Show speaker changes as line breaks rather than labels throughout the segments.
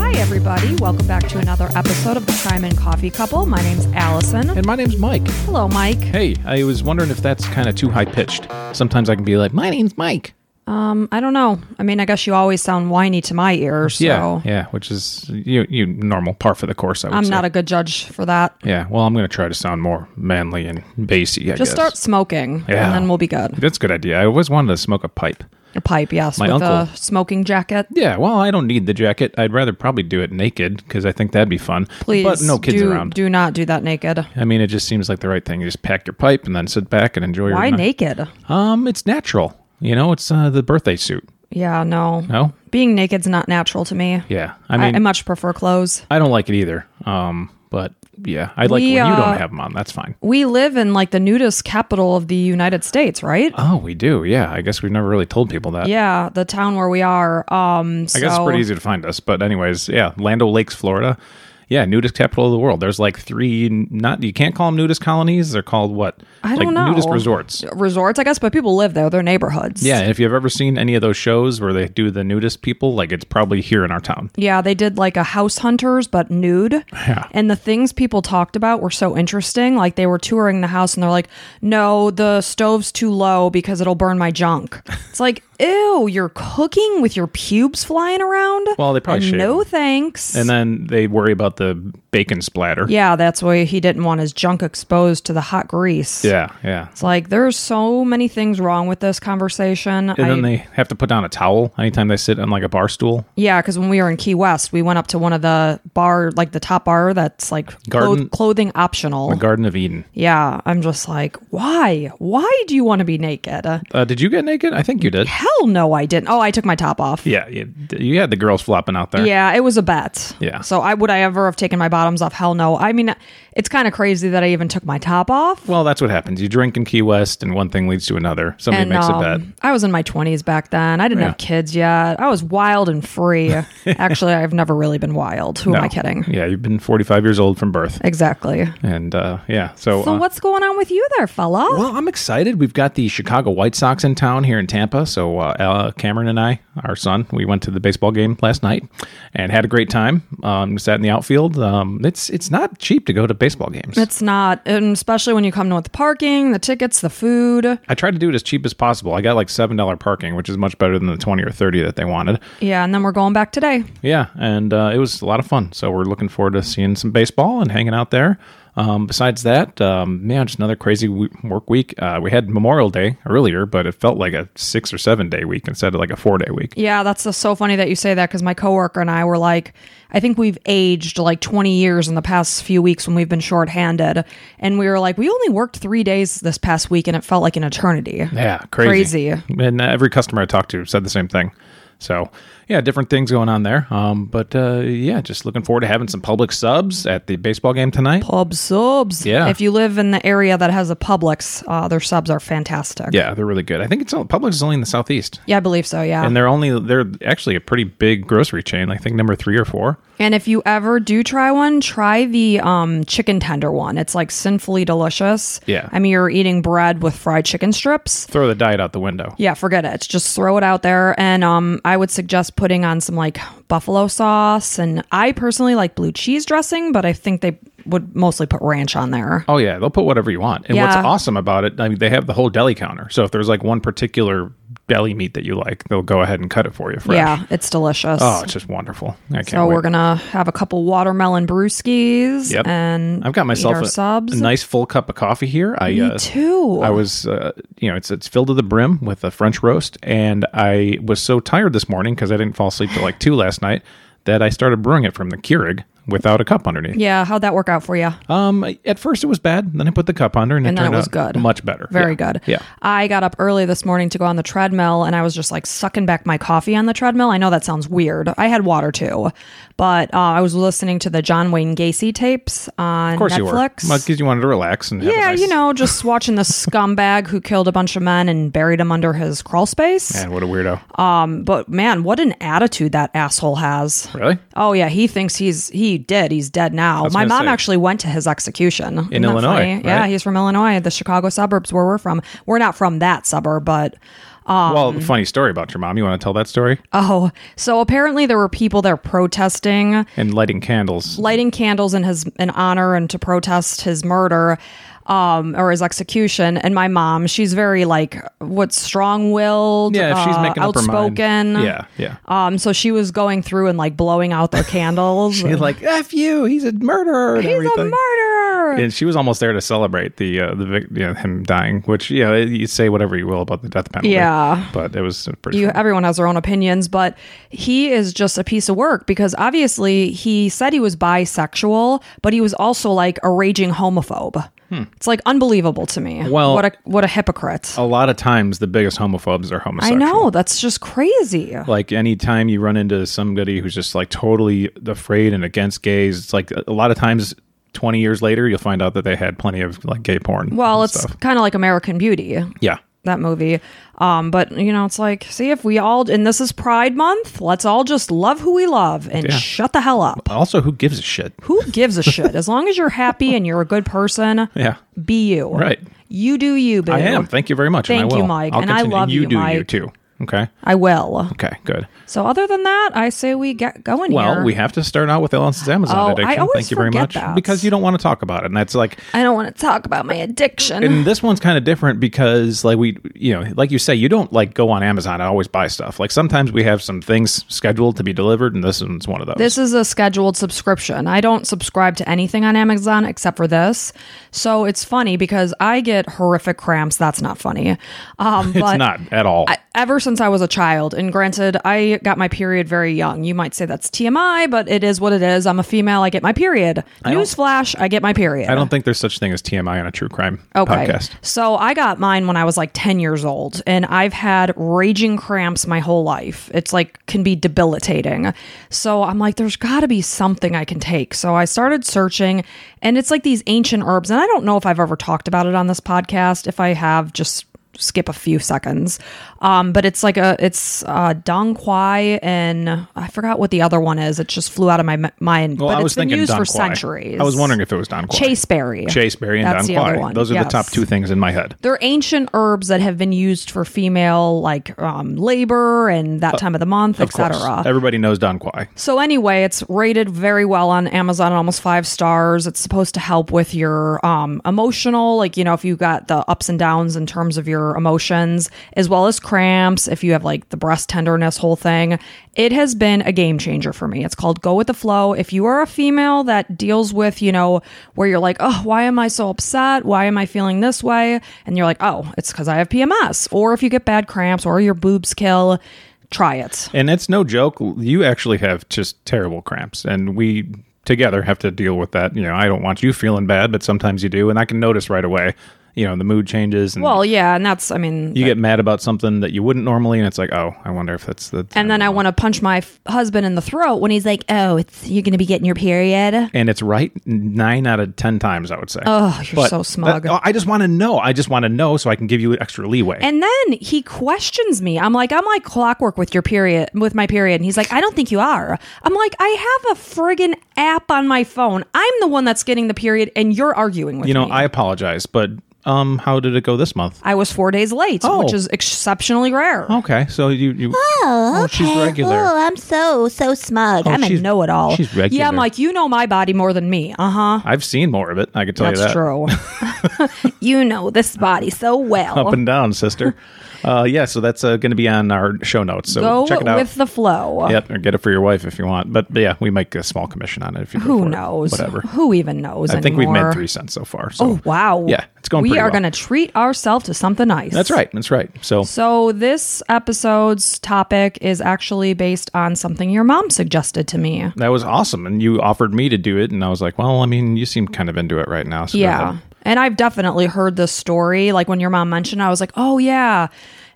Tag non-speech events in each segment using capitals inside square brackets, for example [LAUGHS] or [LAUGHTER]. everybody. Welcome back to another episode of the Crime and Coffee Couple. My name's Allison.
And my name's Mike.
Hello, Mike.
Hey, I was wondering if that's kind of too high pitched. Sometimes I can be like, my name's Mike.
Um, I don't know. I mean, I guess you always sound whiny to my ears. So
Yeah, yeah, which is you, you normal par for the course. I would
I'm
say.
not a good judge for that.
yeah, well, I'm gonna try to sound more manly and bassy. I
Just
guess.
start smoking,
Yeah.
and then we'll be good.
That's a good idea. I always wanted to smoke a pipe.
A pipe, yes,
My
with a
uncle-
smoking jacket.
Yeah, well, I don't need the jacket. I'd rather probably do it naked because I think that'd be fun.
Please,
but no kids
do,
around.
Do not do that naked.
I mean, it just seems like the right thing. You just pack your pipe and then sit back and enjoy your.
Why
night.
naked?
Um, it's natural. You know, it's uh, the birthday suit.
Yeah, no.
No,
Being naked's not natural to me.
yeah.
I,
Uh, I mean,
I much prefer clothes.
I don't like it either. Um, but yeah, I like
We,
when you
uh,
don't have them on. That's fine.
We live in like the nudist capital of the United States, right?
Oh, we do. Yeah, I guess we've never really told people that.
Yeah, the town where we are. Um,
I guess it's pretty easy to find us. But anyways, yeah, Lando Lakes, Florida. Yeah, nudist capital of the world. There's like three. Not you can't call them nudist colonies. They're called what?
I
like
don't know.
Nudist resorts.
Resorts, I guess, but people live there. They're neighborhoods.
Yeah, and if you've ever seen any of those shows where they do the nudist people, like it's probably here in our town. [LAUGHS]
Yeah, they did like a house hunters, but nude.
Yeah.
And the things people talked about were so interesting. Like they were touring the house and they're like, no, the stove's too low because it'll burn my junk. It's like, ew, you're cooking with your pubes flying around?
Well, they probably shave
No thanks.
And then they worry about the bacon splatter.
yeah, that's why he didn't want his junk exposed to the hot grease.
yeah, yeah.
It's like there's so many things wrong with this conversation.
And
I-
then they have to put down a towel anytime they sit on like a bar stool.
Yeah, because when we were in Key West, we went up to one of the bar, like the top bar that's like clo-
Garden-
clothing optional.
The Garden of Eden.
yeah, I'm just like, why? Why do you want to be naked? Uh,
Uh, did you get naked? I think you did.
Hell no, I didn't. Oh, I took my top off.
Yeah, you, you had the girls flopping out there.
Yeah, it was a bet.
Yeah.
So I would I ever have taken my bottoms off? Hell no. I mean, it's kind of crazy that I even took my top off.
Well, that's what happens. You drink in Key West, and one thing leads to another. Somebody
And
makes a bet.
um, I was in my 20s back then. I didn't
Yeah.
have kids yet. I was wild and
[LAUGHS]
free. Actually, I've never really been wild. Who am I
No.
kidding?
Yeah, you've been 45 years old from birth,
Exactly.
and uh, yeah. So,
So
uh,
what's going on with you there, fella?
well, I'm excited. We've got the Chicago White Sox in town here in Tampa. So, uh, Ella, Cameron and I, our son, we went to the baseball game last night and had a great time. Um, sat in the outfield. Um, it's it's not cheap to go to baseball games.
It's not, and especially when you come with the parking, the tickets, the food.
I tried to do it as cheap as possible. I got like seven dollar parking, which is much better than the twenty or thirty that they wanted.
Yeah, and then we're going back today.
Yeah, and uh, it was a lot of fun. So we're looking forward to seeing some baseball and hanging out there. Um, besides that, um, man, just another crazy w- work week. Uh, we had Memorial Day earlier, but it felt like a six or seven day week instead of like a four day week.
Yeah, that's just so funny that you say that because my coworker and I were like, I think we've aged like 20 years in the past few weeks when we've been shorthanded. And we were like, we only worked three days this past week and it felt like an eternity.
Yeah, crazy.
Crazy.
And uh, every customer I talked to said the same thing. So, yeah, different things going on there. Um, but uh, yeah, just looking forward to having some public subs at the baseball game tonight.
Pub subs.
Yeah.
If you live in the area that has a Publix, uh, their subs are fantastic.
Yeah, they're really good. I think it's all, Publix is only in the southeast,
Yeah, I believe so. Yeah.
and they're only they're actually a pretty big grocery chain. I think number three or four.
And if you ever do try one, try the um, chicken tender one. It's like sinfully delicious.
Yeah.
I mean, you're eating bread with fried chicken strips.
Throw the diet out the window.
Yeah, forget it. Just throw it out there. And um, I would suggest putting on some like buffalo sauce. And I personally like blue cheese dressing, but I think they would mostly put ranch on there.
Oh yeah, they'll put whatever you want. And what's
Yeah.
awesome about it, I mean, they have the whole deli counter. So if there's like one particular deli meat that you like, they'll go ahead and cut it for you fresh.
Yeah, it's delicious.
Oh, it's just wonderful. I can't
so
wait.
we're going to have a couple watermelon brewskis.
Yep.
And
I've got myself
our
a,
subs.
a nice full cup of coffee here. I uh,
too.
I was, uh, you know, it's it's filled to the brim with a French roast, and I was so tired this morning because I didn't fall asleep till like two last night that I started brewing it from the Keurig without a cup underneath.
yeah, how'd that work out for you?
Um, at first it was bad, then I put the cup under, and,
And
it
then it
turned
was
out
good.
much better.
Very
Yeah.
good.
Yeah.
I got up early this morning to go on the treadmill and I was just like sucking back my coffee on the treadmill. I know that sounds weird. I had water too, but uh, I was listening to the John Wayne Gacy tapes on
Of course
Netflix.
you were. Because you wanted to relax and have a
yeah,
nice-
you know, just watching the scumbag who killed a bunch of men and buried them under his crawl space.
Man, what a weirdo.
But man, what an attitude that asshole has.
really?
Oh yeah, he thinks he's he did. He's dead now.
was
My
gonna
mom
say.
actually went to his execution Isn't that
Illinois,
funny?
right?
Yeah, he's from Illinois, the Chicago suburbs where we're from. We're not from that suburb, but um,
well, funny story about your mom. You want to tell that story?
Oh, so apparently there were people there protesting,
and lighting candles.
lighting candles in his in honor and to protest his murder um or his execution and my mom she's very like what's strong-willed
Yeah, if she's
uh,
making up her
outspoken
mind. Yeah, yeah.
um so she was going through and like blowing out their
[LAUGHS]
candles
She's like, "F you, he's a murderer." And
he's a
everything.
murderer
and she was almost there to celebrate the uh, the vic- you know, him dying, which you know you say whatever you will about the death penalty.
Yeah.
but it was pretty.
you
funny.
everyone has their own opinions but he is just a piece of work because obviously he said he was bisexual but he was also like a raging homophobe it's like unbelievable to me
Hmm. Well- Oh,
what a what a hypocrite
a lot of times, the biggest homophobes are
I
homosexual.
know that's just crazy.
Like anytime you run into somebody who's just like totally afraid and against gays, it's like a lot of times. Twenty years later, you'll find out that they had plenty of like gay porn.
Well,
and
it's
stuff.
kind of like American Beauty,
yeah,
that movie. Um, but you know, it's like, see if we all and this is Pride Month, let's all just love who we love and
Yeah.
shut the hell up.
Also, who gives a shit?
Who gives a shit? As long as you're happy and you're a good person,
[LAUGHS] Yeah,
be you.
Right.
You do you, boo.
I am. Thank you very much. and
Thank
I
you,
will.
Mike,
I'll
and I
continue.
love you,
do you
Mike.
too. Okay.
I will.
Okay. Good.
So other than that, I say we get going
Well,
here.
we have to start out with Ellen's Amazon
Oh, I
addiction.
always
Thank you very
forget
much.
that.
Because you don't want to talk about it. And that's like
I don't want to talk about my addiction.
and this one's kind of different because like we you know, like you say, you don't like go on Amazon and always buy stuff. Like sometimes we have some things scheduled to be delivered and this one's one of those.
This is a scheduled subscription. I don't subscribe to anything on Amazon except for this. So it's funny because I get horrific cramps. That's not funny. Um,
[LAUGHS] it's
but
not at all.
I- ever since I was a child, and granted, I got my period very young. You might say that's TMI, but it is what it is. I'm a female. I get my period. Newsflash, I get my period.
I don't think there's such thing as TMI on a true crime
Okay.
podcast.
So I got mine when I was like 10 years old, and I've had raging cramps my whole life. It's like can be debilitating. So I'm like, there's got to be something I can take. So I started searching, and it's like these ancient herbs. And I don't know if I've ever talked about it on this podcast. If I have, just skip a few seconds. Um, but it's like a it's uh, dong quai, and I forgot what the other one is. It just flew out of my m- mind.
Well,
but
I
it's
was
been
thinking
used for
Don Quai.
centuries.
I was wondering if it was Don Quai.
chaseberry.
Chaseberry and
That's
Don
the other
Quai.
one,
Those are the
yes.
top two things in my head.
They're ancient herbs that have been used for female like um, labor and that time of the month,
Uh, Of course.
etc.
Everybody knows Don Quai.
So anyway, it's rated very well on Amazon, almost five stars. It's supposed to help with your um, emotional, like you know, if you got the ups and downs in terms of your emotions, as well as cramps. If you have like the breast tenderness, whole thing, it has been a game changer for me. It's called Go with the Flow. If you are a female that deals with, you know, where you're like, oh, why am I so upset? Why am I feeling this way? And you're like, oh, it's because I have PMS. Or if you get bad cramps or your boobs kill, try it.
And it's no joke. You actually have just terrible cramps, and we together have to deal with that. You know, I don't want you feeling bad, but sometimes you do, and I can notice right away. You know, the mood changes, and
Well, yeah, and that's, I mean,
you get mad about something that you wouldn't normally, and it's like, oh, I wonder if that's the.
And then I want to punch my f- husband in the throat when he's like, "Oh, it's, you're going to be getting your period."
and it's right nine out of ten times, I would say.
Oh, you're so smug.
I just want to know. I just want to know, so I can give you extra leeway.
and then he questions me. I'm like, "I'm like clockwork with your period, with my period." And he's like, "I don't think you are." I'm like, "I have a friggin' app on my phone. I'm the one that's getting the period, and you're arguing with
you know,
me."
I apologize, but um, how did it go this month?
I was four days late,
Oh.
which is exceptionally rare.
Okay, so you you.
Oh,
Oh, she's
okay.
regular. Oh,
Oh, I'm so so smug.
I'm a
she's-
know-it-all.
she's
Yeah,
regular.
I'm like, you know my body more than me. Uh huh.
I've seen more of it. I could tell
That's
you that.
true.
[LAUGHS]
[LAUGHS]
you know this body so well.
up and down, sister. uh, yeah, so that's uh, going to be on our show notes. So
Go
check it out.
with the flow.
yep, or get it for your wife if you want. But yeah, we make a small commission on it if you. go
Who
for it.
knows?
Whatever.
Who even knows?
I think we've
anymore?
made three cents so far. So
Oh wow!
Yeah, it's going
We
pretty
are
well.
going to treat ourselves to something nice.
that's right. That's right. So
So this episode's topic is actually based on something your mom suggested to me.
that was awesome, and you offered me to do it, and I was like, well, I mean, you seem kind of into it right now. So
Yeah. And I've definitely heard this story. Like when your mom mentioned, it, I was like, oh, yeah.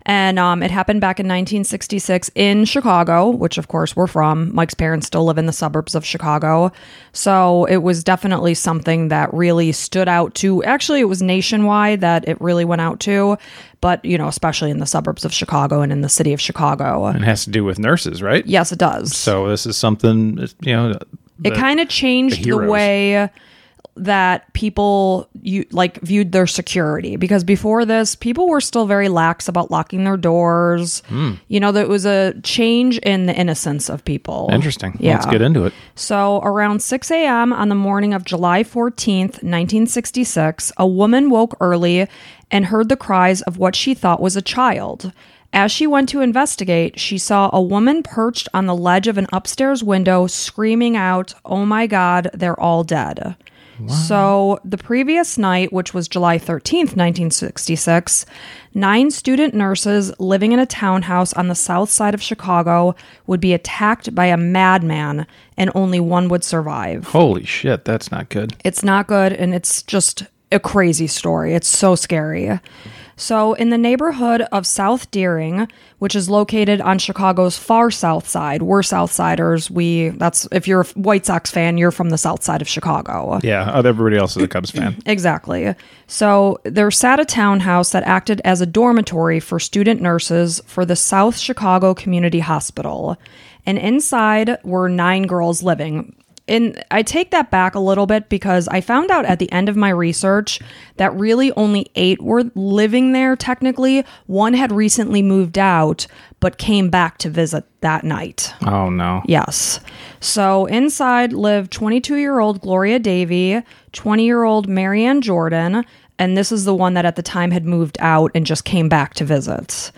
And um, it happened back in 1966 in Chicago, which of course we're from. Mike's parents still live in the suburbs of Chicago. So it was definitely something that really stood out to, actually, it was nationwide that it really went out to, but, you know, especially in the suburbs of Chicago and in the city of Chicago.
it has to do with nurses, right?
Yes, it does
So this is something you know.
it kind of changed the,
heroes.
way that people you like viewed their security because before this people were still very lax about locking their doors
Hmm.
you know there was a change in the innocence of people
Interesting.
yeah
Let's get into it.
so, around 6 a.m. on the morning of July 14th, 1966, a woman woke early and heard the cries of what she thought was a child. As she went to investigate, she saw a woman perched on the ledge of an upstairs window screaming out, Oh my God, they're all dead. So, the previous night, which was July 13th, 1966, nine student nurses living in a townhouse on the south side of Chicago would be attacked by a madman, and only one would survive.
Holy shit, that's not good.
It's not good, and it's just a crazy story. It's so scary. So, in the neighborhood of South Deering, which is located on Chicago's far south side, we're South Siders. We that's if you're a White Sox fan, you're from the south side of Chicago.
Yeah, other- everybody else is a
[CLEARS THROAT]
Cubs fan.
Exactly. So there sat a townhouse that acted as a dormitory for student nurses for the South Chicago Community Hospital. And inside were nine girls living. And I take that back a little bit because I found out at the end of my research that really only eight were living there technically. One had recently moved out but came back to visit that night.
Oh no.
Yes. So inside lived 22 year old Gloria Davy, 20 year old Marianne Jordan, and this is the one that at the time had moved out and just came back to visit.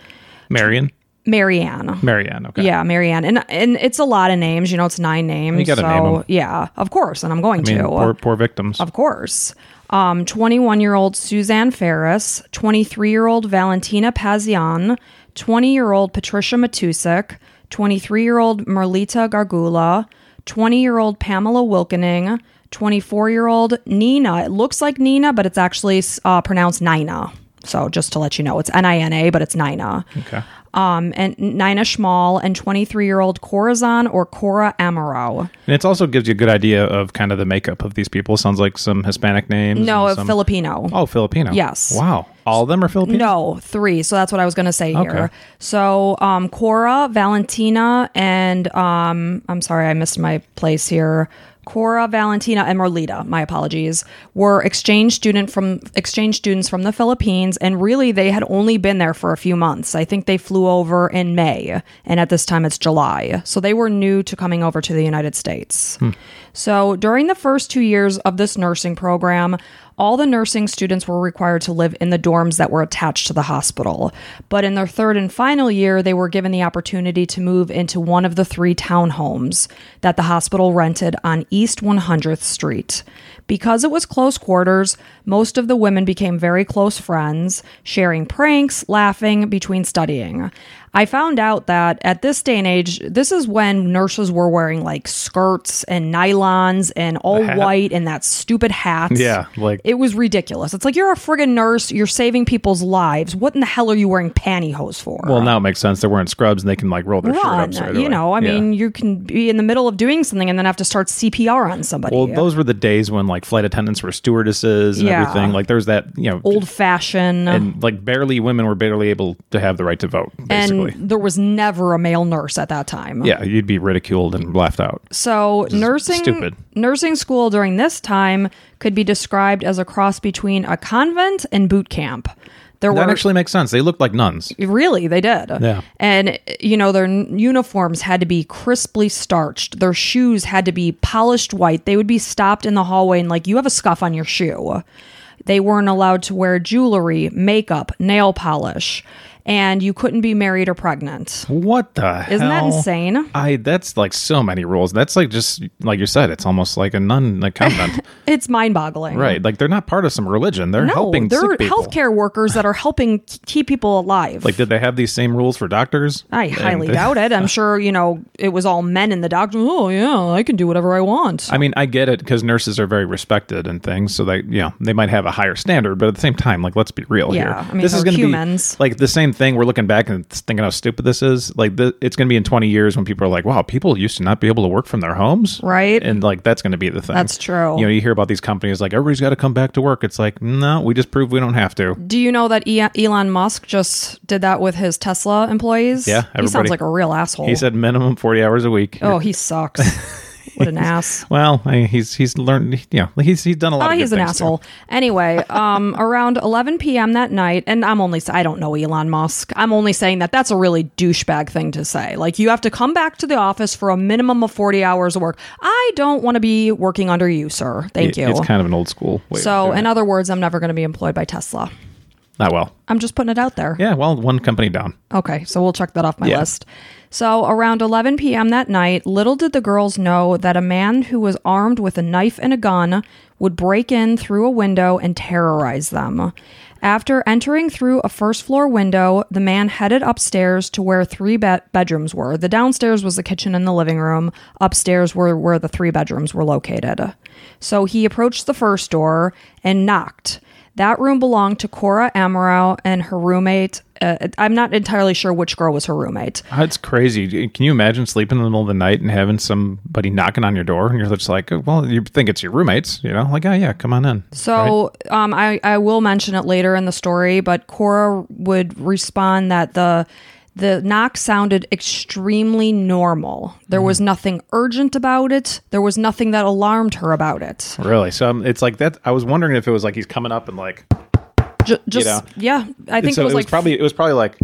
Marion?
Marianne.
Marianne, okay.
Yeah, Marianne. And and it's a lot of names, you know, it's nine names.
You gotta
so
name 'em.
yeah, of course, and I'm going
I mean,
to.
poor, poor victims.
Of course. Um, 21 year old Suzanne Ferris, 23 year old Valentina Pazian, 20 year old Patricia Matusik, 23 year old Merlita Gargula, 20 year old Pamela Wilkening, 24 year old Nina. It looks like Nina, but it's actually uh, pronounced Nina. So just to let you know, it's N I N A, but it's Nina
okay.
um, and Nina Schmal and 23 year old Corazon or Cora Amaro.
And it also gives you a good idea of kind of the makeup of these people. Sounds like some Hispanic names.
No,
and some,
Filipino.
Oh, Filipino.
Yes.
Wow. All of them are Filipino?
No, three. So that's what I was going to say
Okay.
here. So um, Cora, Valentina, and um, I'm sorry, I missed my place here. Cora, Valentina, and Merlita, my apologies, were exchange student from exchange students from the Philippines, and really they had only been there for a few months. I think they flew over in May, and at this time it's July. So they were new to coming over to the United States. So during the first two years of this nursing program, all the nursing students were required to live in the dorms that were attached to the hospital. But in their third and final year, they were given the opportunity to move into one of the three townhomes that the hospital rented on East 100th Street. Because it was close quarters, most of the women became very close friends, sharing pranks, laughing between studying. I found out that at this day and age, this is when nurses were wearing like skirts and nylons and all
hat.
white and that stupid hat.
Yeah, like-
it was ridiculous. It's like you're a friggin' nurse, you're saving people's lives. What in the hell are you wearing pantyhose for?
Well, now it makes sense. They're wearing scrubs and they can like roll their shirt
Run,
up. straight
you
away.
know. I
Yeah.
mean, you can be in the middle of doing something and then have to start CPR on somebody.
Well, those were the days when like flight attendants were stewardesses and
Yeah.
everything. Like there's that, you know,
Old fashioned.
and like barely women were barely able to have the right to vote, basically.
and there was never a male nurse at that time.
yeah, you'd be ridiculed and laughed out.
So nursing
stupid.
nursing school during this time could be described as a cross between a convent and boot camp. There
That
were
actually makes sense. They looked like nuns.
really they did.
Yeah.
And you know their n- uniforms had to be crisply starched. Their shoes had to be polished white. They would be stopped in the hallway and like you have a scuff on your shoe. They weren't allowed to wear jewelry, makeup, nail polish, and you couldn't be married or pregnant.
What the
Isn't that
hell?
insane?
I that's like so many rules. That's like just like you said, it's almost like a nun like convent.
It's mind-boggling.
right. Like they're not part of some religion. They're
No,
helping
they're
sick people.
healthcare workers that are helping k- keep people alive.
Like did they have these same rules for doctors?
I
And
highly
they-
doubt it.
[LAUGHS]
I'm sure you know it was all men in the doctor. Oh yeah, I can do whatever I want.
I mean, I get it because nurses are very respected and things, so they, you know, they might have a higher standard. But at the same time, like, let's be real
Yeah,
here.
I mean,
this is
they're
going to
humans.
be like the same thing. We're looking back and thinking how stupid this is. Like, the, it's going to be in twenty years when people are like, "Wow, people used to not be able to work from their homes,"
Right.
And like, that's going to be the thing.
That's true.
You know, you hear about these companies like everybody's got to come back to work. It's like, no, we just prove we don't have to.
do you know that E- Elon Musk just did that with his Tesla employees?
Yeah,
he
everybody-
sounds like a real asshole.
[LAUGHS] He said minimum forty hours a week.
"Oh, he sucks." What an ass.
Well, I, he's he's learned. Yeah, he's he's done a lot.
Oh,
of good
he's an
things, too.
asshole. Anyway,
[LAUGHS]
um, around 11 p.m. that night, and I'm only, I don't know Elon Musk. I'm only saying that that's a really douchebag thing to say. Like, you have to come back to the office for a minimum of 40 hours of work. I don't want to be working under you, sir. Thank
It-
you.
It's kind of an old school. Way
so, in
and
other words, I'm never going to be employed by Tesla.
not Ah, well.
I'm just putting it out there.
Yeah, well, one company down.
Okay, so we'll check that off my
Yeah.
list. So around 11 p.m. that night, little did the girls know that a man who was armed with a knife and a gun would break in through a window and terrorize them. After entering through a first floor window, the man headed upstairs to where three be- bedrooms were. The downstairs was the kitchen and the living room, upstairs were where the three bedrooms were located. So he approached the first door and knocked. That room belonged to Cora Amaral and her roommate. Uh, I'm not entirely sure which girl was her roommate.
That's Ah, crazy. Can you imagine sleeping in the middle of the night and having somebody knocking on your door, and you're just like, oh, well, you think it's your roommates, you know? Like, oh yeah, come on in.
So um, I, I will mention it later in the story, but Cora would respond that the the knock sounded extremely normal. There was
Mm-hmm.
nothing urgent about it. There was nothing that alarmed her about it.
Really? So um, it's like that. I was wondering if it was like he's coming up and like.
J- just
know.
yeah, I think
so
it was like
probably it was probably like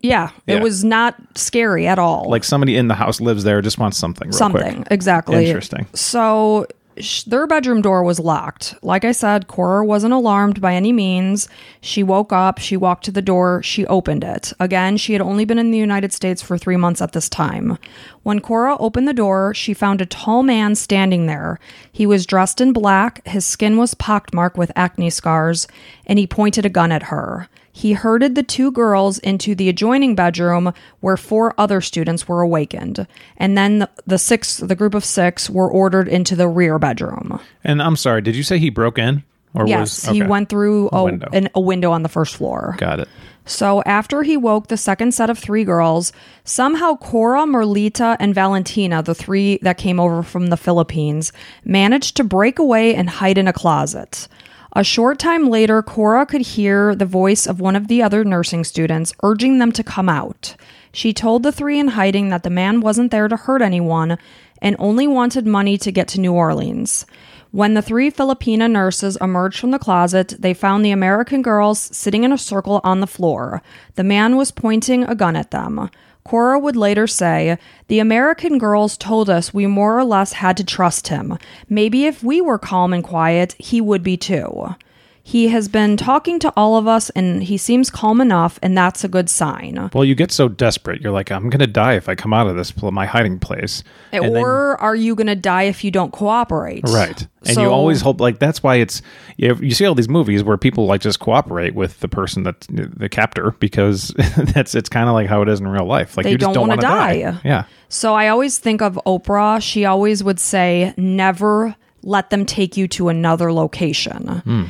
yeah,
Yeah.
it was not scary at all.
like somebody in the house lives there just wants something. Real
something
Quick.
exactly
Interesting.
so sh- their bedroom door was locked like i said cora wasn't alarmed by any means she woke up she walked to the door she opened it again she had only been in the united states for three months at this time when cora opened the door she found a tall man standing there he was dressed in black his skin was pockmarked with acne scars and he pointed a gun at her he herded the two girls into the adjoining bedroom where four other students were awakened. And then the, the six, the group of six, were ordered into the rear bedroom.
And I'm sorry, did you say he broke in or
Yes,
was
he
okay.
went through a,
window.
An, a window on the first floor.
Got it.
So after he woke the second set of three girls, somehow Cora, Merlita, and Valentina, the three that came over from the Philippines, managed to break away and hide in a closet. A short time later, Cora could hear the voice of one of the other nursing students urging them to come out. She told the three in hiding that the man wasn't there to hurt anyone and only wanted money to get to New Orleans. When the three Filipina nurses emerged from the closet, they found the American girls sitting in a circle on the floor. The man was pointing a gun at them. Cora would later say, The American girls told us we more or less had to trust him. Maybe if we were calm and quiet, he would be too. He has been talking to all of us and he seems calm enough, and that's a good sign.
Well, you get so desperate. You're like, I'm gonna die if I come out of this pl- my hiding place. And then-
or are you going to die if you don't cooperate?
right, and you
So-
always hope like that's why it's you, have- you see all these movies where people like just cooperate with the person that the captor because [LAUGHS] that's it's kind of like how it is in real life. Like
They
you just
don't
don't,
wanna
want to die.
die.
Yeah,
So I always think of Oprah. She always would say, never let them take you to another location.
Hmm.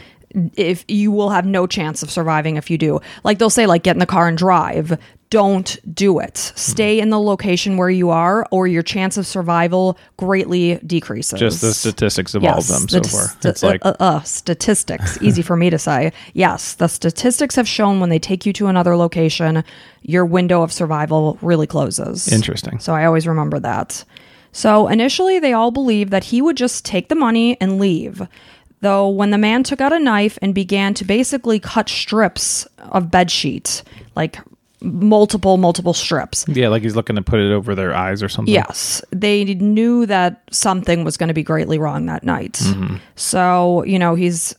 If you will have no chance of surviving if you do. Like they'll say, like, get in the car and drive. Don't do it.
Hmm.
Stay in the location where you are, or your chance of survival greatly decreases.
just the statistics of all of them so
the
far.
st-
it's like
uh, uh, uh,
[LAUGHS]
statistics. Easy for me to say. Yes, the statistics have shown when they take you to another location, your window of survival really closes.
Interesting.
So I always remember that. So initially, they all believed that he would just take the money and leave. Though when the man took out a knife and began to basically cut strips of bed sheet, like multiple, multiple strips,
yeah, like he's looking to put it over their eyes or something.
Yes, they knew that something was going to be greatly wrong that night.
Mm-hmm.
So, you know, he's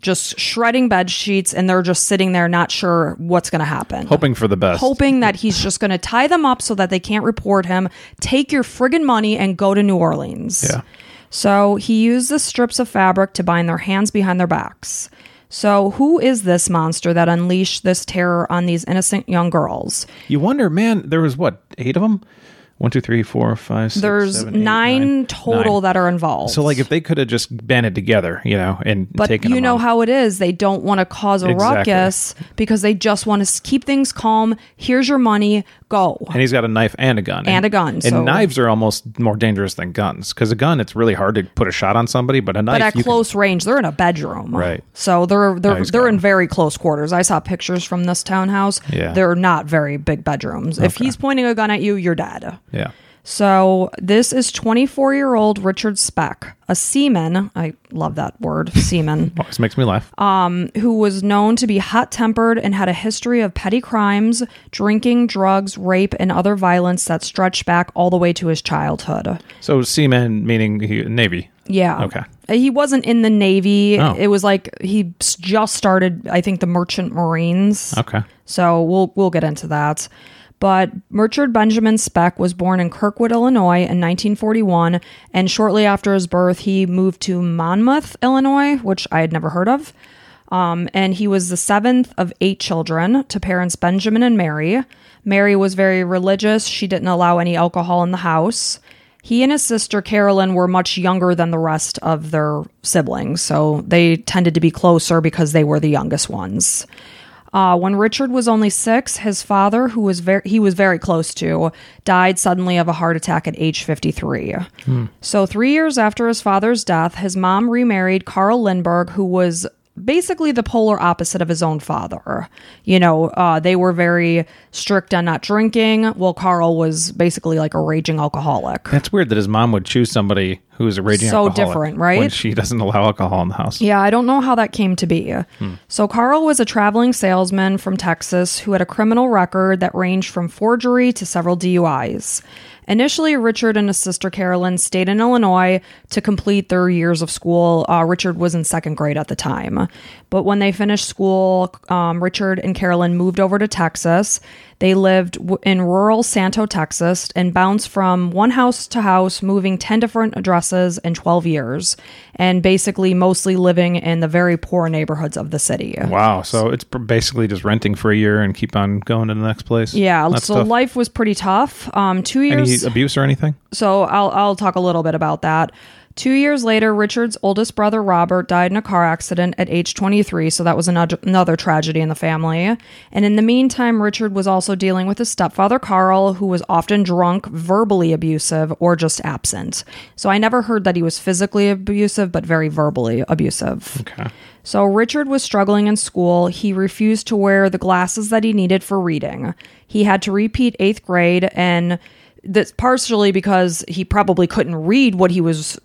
just shredding bed sheets and they're just sitting there not sure what's going to happen.
hoping for the best.
Hoping that he's just going to tie them up so that they can't report him, take your friggin' money and go to New Orleans.
Yeah.
So he used the strips of fabric to bind their hands behind their backs. So, who is this monster that unleashed this terror on these innocent young girls?
You wonder, man. There was what eight of them? One, two, three, four, five, six,
There's
seven, eight,
nine,
nine.
total
Nine.
that are involved.
So like if they could have just banded together, you know, and
But
taken
you
them
know
on.
how it is. They don't want to cause a
Exactly.
ruckus because they just want to keep things calm. Here's your money. Go.
and he's got a knife and a gun and,
a gun,
And
so-
knives are almost more dangerous than guns because a gun it's really hard to put a shot on somebody, but a knife
But at
you can-
close range, they're in a bedroom.
Right.
So they're they're
he's
they're
got
in very close quarters. I saw pictures from this townhouse.
Yeah.
They're not very big bedrooms. If he's pointing a gun at you, you're dead.
yeah.
So this is 24 year old Richard Speck, a seaman. I love that word, seaman
Always makes me laugh.
Uh, who was known to be hot tempered and had a history of petty crimes, drinking, drugs, rape, and other violence that stretched back all the way to his childhood.
so seaman meaning he, navy.
Yeah. Uh,
Okay.
He wasn't in the Navy.
Oh.
It was like he s- just started, I think, the Merchant Marines.
Okay.
So we'll we'll get into that. But Richard Benjamin Speck was born in Kirkwood, Illinois in 1941, and shortly after his birth, he moved to Monmouth, Illinois, which I had never heard of. Um, and he was the seventh of eight children to parents Benjamin and Mary. Mary was very religious. She didn't allow any alcohol in the house. He and his sister Carolyn were much younger than the rest of their siblings, so they tended to be closer because they were the youngest ones. Uh, when Richard was only six, his father, who was very he was very close to, died suddenly of a heart attack at age 53. So three years after his father's death, his mom remarried Carl Lindbergh, who was basically the polar opposite of his own father. You know, uh, they were very strict on not drinking. Well, Carl was basically like a raging alcoholic.
That's weird that his mom would choose somebody who's a raging
So
alcoholic
different, right?
When she doesn't allow alcohol in the house.
Yeah, I don't know how that came to be. So, Carl was a traveling salesman from Texas who had a criminal record that ranged from forgery to several DUIs. Initially, Richard and his sister Carolyn stayed in Illinois to complete their years of school. Uh, Richard was in second grade at the time. But when they finished school, um, Richard and Carolyn moved over to Texas. They lived w- in rural Santo, Texas, and bounced from one house to house, moving 10 different addresses in 12 years, and basically mostly living in the very poor neighborhoods of the city.
Wow. So it's pr- basically just renting for a year and keep on going to the next place.
Yeah,
That's
so
tough.
life was pretty tough. Um, two
Any
years.
abuse or anything?
so I'll I'll talk a little bit about that. Two years later, Richard's oldest brother Robert died in a car accident at age 23, so that was another, another tragedy in the family. And in the meantime, Richard was also dealing with his stepfather Carl, who was often drunk, verbally abusive, or just absent. So I never heard that he was physically abusive, but very verbally abusive.
Okay.
So Richard was struggling in school. He refused to wear the glasses that he needed for reading. He had to repeat eighth grade, and that's partially because he probably couldn't read what he was,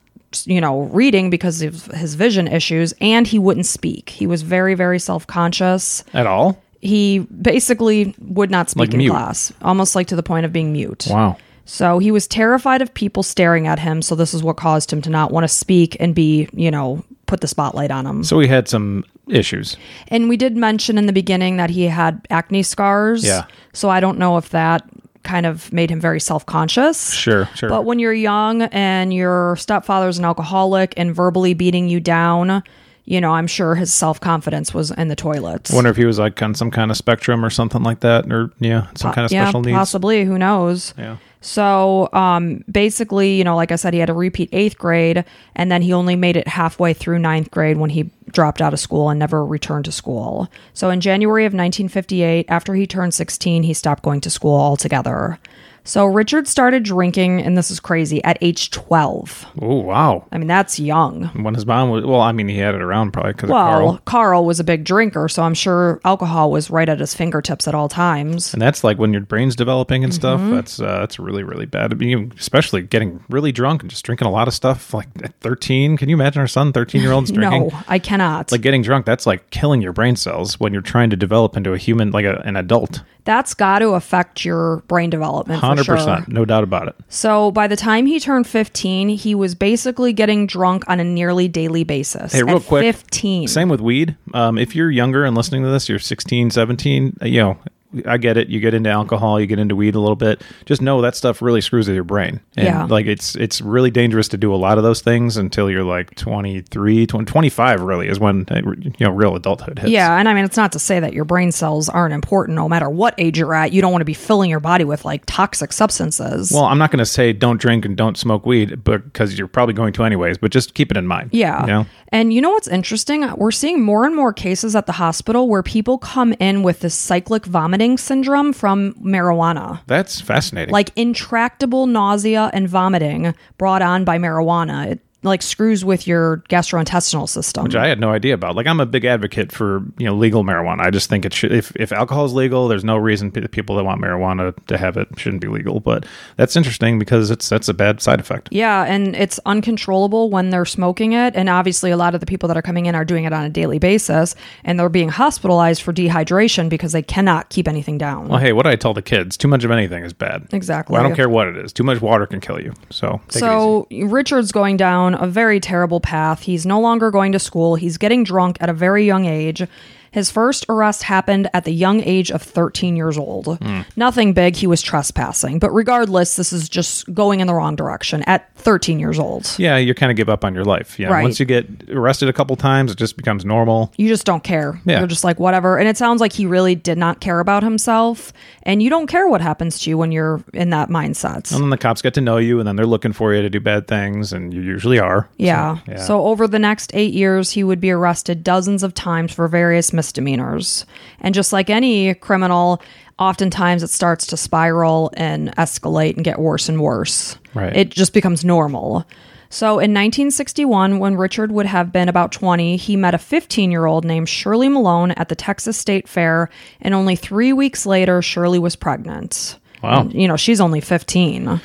you know, reading because of his vision issues, and he wouldn't speak. He was very, very self conscious.
At all?
He basically would not speak
Like
in
mute.
class, almost like to the point of being mute.
Wow.
So he was terrified of people staring at him. So this is what caused him to not want to speak and be, you know, put the spotlight on him.
So we had some issues.
And we did mention in the beginning that he had acne scars.
Yeah.
So I don't know if that kind of made him very self conscious.
Sure, sure.
But when you're young and your stepfather's an alcoholic and verbally beating you down, you know, I'm sure his self confidence was in the toilets.
Wonder if he was like on some kind of spectrum or something like that, or yeah, some kind of
yeah,
special needs.
possibly. Who knows?
Yeah.
So um, basically, you know, like I said, he had to repeat eighth grade, and then he only made it halfway through ninth grade when he dropped out of school and never returned to school. So in January of 1958, after he turned 16, he stopped going to school altogether. So Richard started drinking, and this is crazy, at age 12.
Oh wow!
I mean, that's young.
When his mom was well, I mean, he had it around probably because
Well,
of Carl,
Carl. was a big drinker, so I'm sure alcohol was right at his fingertips at all times.
and that's like when your brain's developing and stuff.
Mm-hmm.
That's uh, that's really really bad. I mean, especially getting really drunk and just drinking a lot of stuff. Like at thirteen, can you imagine our son, thirteen year
[LAUGHS]
olds drinking?
No, I cannot.
Like getting drunk, that's like killing your brain cells when you're trying to develop into a human, like a, an adult.
that's got to affect your brain development for
Hundred
sure.
percent, no doubt about it.
So by the time he turned 15, he was basically getting drunk on a nearly daily basis.
Hey, real
At
quick,
15.
Same with weed. Um, if you're younger and listening to this, you're 16, 17, uh, you know, I get it. You get into alcohol, you get into weed a little bit. Just know that stuff really screws with your brain. And
Yeah.
like it's it's really dangerous to do a lot of those things until you're like 23, 20, 25 really is when uh, you know real adulthood hits.
Yeah, and I mean it's not to say that your brain cells aren't important no matter what age you're at. You don't want to be filling your body with like toxic substances.
Well, I'm not going to say don't drink and don't smoke weed because you're probably going to anyways, but just keep it in mind.
Yeah.
You know?
And you know what's interesting? We're seeing more and more cases at the hospital where people come in with this cyclic vomiting syndrome from marijuana.
That's fascinating.
Like intractable nausea and vomiting brought on by marijuana. It like screws with your gastrointestinal system.
which I had no idea about. Like I'm a big advocate for you know legal marijuana. I just think it should. If if alcohol is legal, there's no reason p- the people that want marijuana to have it shouldn't be legal. But that's interesting because it's that's a bad side effect.
yeah, and it's uncontrollable when they're smoking it. And obviously, a lot of the people that are coming in are doing it on a daily basis, and they're being hospitalized for dehydration because they cannot keep anything down.
Well, hey, what do I tell the kids? Too much of anything is bad.
Exactly.
I don't care what it is. Too much water can kill you. So take it easy.
so Richard's going down a very terrible path. He's no longer going to school. He's getting drunk at a very young age. His first arrest happened at the young age of 13 years old.
Hmm.
Nothing big. He was trespassing. But regardless, this is just going in the wrong direction at 13 years old.
Yeah, you kind of give up on your life. Yeah.
Right.
Once you get arrested a couple times, it just becomes normal.
You just don't care.
Yeah.
You're just like, whatever. And it sounds like he really did not care about himself. And you don't care what happens to you when you're in that mindset.
And then the cops get to know you, and then they're looking for you to do bad things, and you usually are.
Yeah.
yeah.
So over the next eight years, he would be arrested dozens of times for various misdemeanors. And just like any criminal, oftentimes it starts to spiral and escalate and get worse and worse.
Right.
It just becomes normal. So in 1961, when Richard would have been about 20, he met a 15 year old named Shirley Malone at the Texas State Fair. And only three weeks later, Shirley was pregnant.
Wow.
And, you know, she's only 15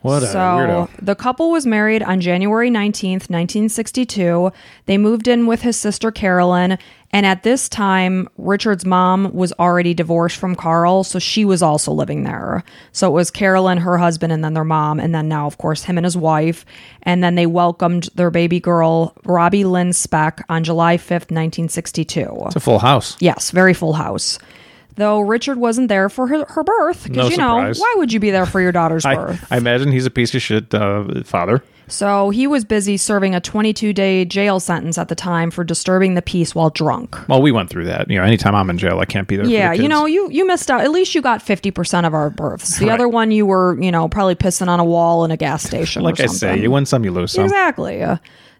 What a
so
Oh, weirdo.
the couple was married on January 19th, 1962. They moved in with his sister Carolyn, and at this time Richard's mom was already divorced from Carl, so she was also living there. So it was Carolyn, her husband, and then their mom, and then now of course him and his wife, and then they welcomed their baby girl Robbie Lynn Speck on July 5th, 1962.
It's a full house.
Yes, very full house. Though Richard wasn't there for her, her birth, because
No
you know,
surprise.
why would you be there for your daughter's
[LAUGHS] I,
birth?
I imagine he's a piece of shit uh, father.
So he was busy serving a 22 day jail sentence at the time for disturbing the peace while drunk.
Well, we went through that. You know, anytime I'm in jail, I can't be there.
Yeah,
for the
you
kids.
know, you you missed out. At least you got 50% of our births. The
Right.
other one you were, you know, probably pissing on a wall in a gas
[LAUGHS]
station or
like I say,
something.
you win some, you lose some.
Exactly.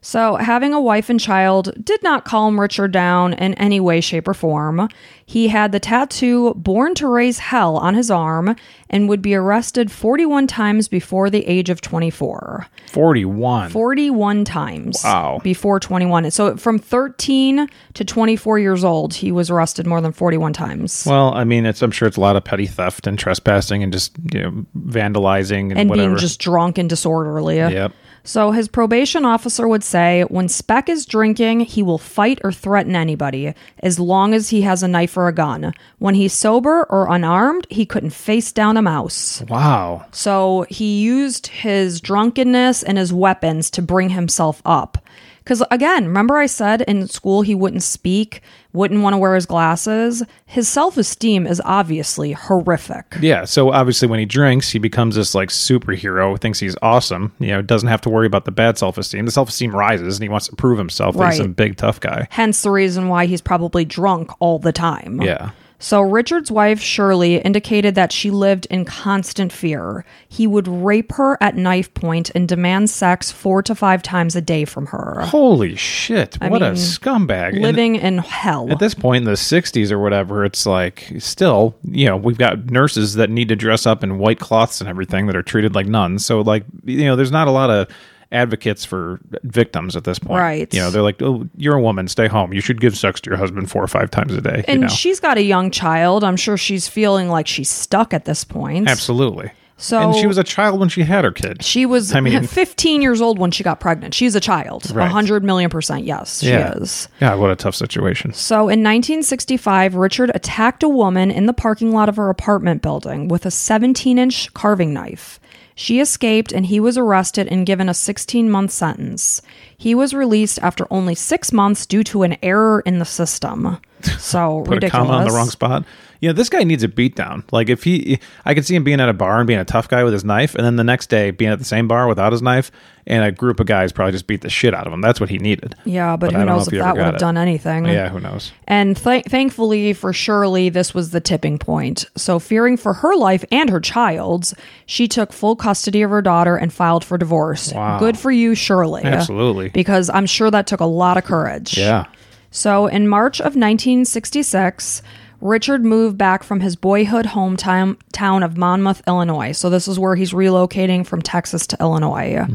So, having a wife and child did not calm Richard down in any way, shape, or form. He had the tattoo Born to Raise Hell on his arm and would be arrested 41 times before the age of 24.
Forty-one.
41 times
Wow.
before 21. So from 13 to 24 years old, he was arrested more than 41 times.
Well, I mean, it's I'm sure it's a lot of petty theft and trespassing and just you know vandalizing and,
and
whatever.
being just drunk and disorderly.
yep.
So his probation officer would say when Speck is drinking, he will fight or threaten anybody as long as he has a knife or a gun. When he's sober or unarmed, he couldn't face down a mouse.
Wow.
So he used his drunkenness and his weapons to bring himself up. Because again, remember I said in school he wouldn't speak, wouldn't want to wear his glasses? His self esteem is obviously horrific.
Yeah. So obviously, when he drinks, he becomes this like superhero, thinks he's awesome. You know, doesn't have to worry about the bad self esteem. The self esteem rises, and he wants to prove himself that he's
Right.
a big tough guy.
Hence the reason why he's probably drunk all the time.
Yeah.
So Richard's wife, Shirley, indicated that she lived in constant fear. He would rape her at knife point and demand sex four to five times a day from her,
Holy shit! what a
mean,
scumbag. And-
living in hell.
At this point in the 60s or whatever, it's like still, you know, we've got nurses that need to dress up in white cloths and everything that are treated like nuns. So, like, you know, there's not a lot of advocates for victims at this point.
Right.
You know, they're like, oh, you're a woman, stay home. You should give sex to your husband four or five times a day. you
And
know?
she's got a young child. I'm sure she's feeling like she's stuck at this point.
Absolutely.
So-
and she was a child when she had her kid.
She was
I
[LAUGHS]
mean-
15 years old when she got pregnant. She's a child. a
Right.
100 million percent. Yes,
yeah.
she is.
God, what a tough situation.
So in 1965, Richard attacked a woman in the parking lot of her apartment building with a 17 inch carving knife. She escaped and he was arrested and given a 16 month sentence. He was released after only six months due to an error in the system. So
put
ridiculous.
a comma on the wrong spot. Yeah, this guy needs a beatdown. Like if he, I could see him being at a bar and being a tough guy with his knife, and then the next day being at the same bar without his knife, and a group of guys probably just beat the shit out of him. That's what he needed.
Yeah, but,
But
who
I don't know
knows
if
if
he ever
that would
got
have
it.
done anything.
Yeah, who knows?
And th- thankfully for Shirley, this was the tipping point. So, fearing for her life and her child's, she took full custody of her daughter and filed for divorce.
Wow.
Good for you, Shirley.
Absolutely.
Because I'm sure that took a lot of courage.
Yeah.
So, in March of 1966, Richard moved back from his boyhood hometown town of Monmouth, Illinois. So, this is where he's relocating from Texas to Illinois.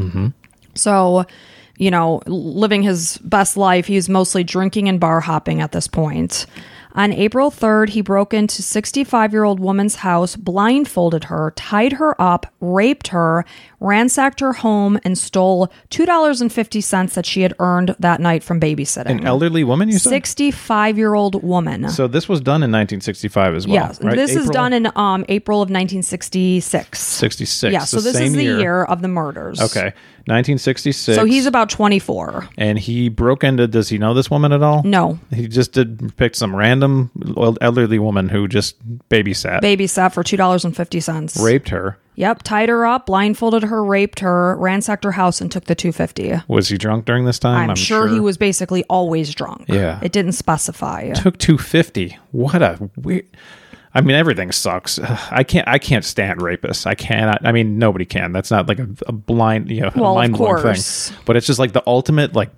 So, you know, living his best life. He's mostly drinking and bar hopping at this point. On April 3rd, he broke into 65 year old woman's house, blindfolded her, tied her up, raped her, ransacked her home, and stole $2.50 that she had earned that night from babysitting.
An elderly woman, you said?
65 year old woman.
So this was done in 1965 as well.
Yes,
right?
this is
April
done in um, April of 1966.
66.
yeah, so
the
this
same
is the year. of the murders.
Okay, 1966.
So he's about 24.
and he broke into. Does he know this woman at all?
No.
He just did picked some random old elderly woman who just babysat,
Babysat for $2.50.
raped her.
Yep, tied her up, blindfolded her, raped her, ransacked her house and took the 250. I'm,
Was he drunk during this time?
sure, he was basically always drunk.
Yeah.
It didn't specify.
took 250 what a weird i mean everything sucks [SIGHS] i can't i can't stand rapists i cannot i mean nobody can that's not like a, a blind you know
Well, of
mind-blowing
course.
thing but it's just like the ultimate like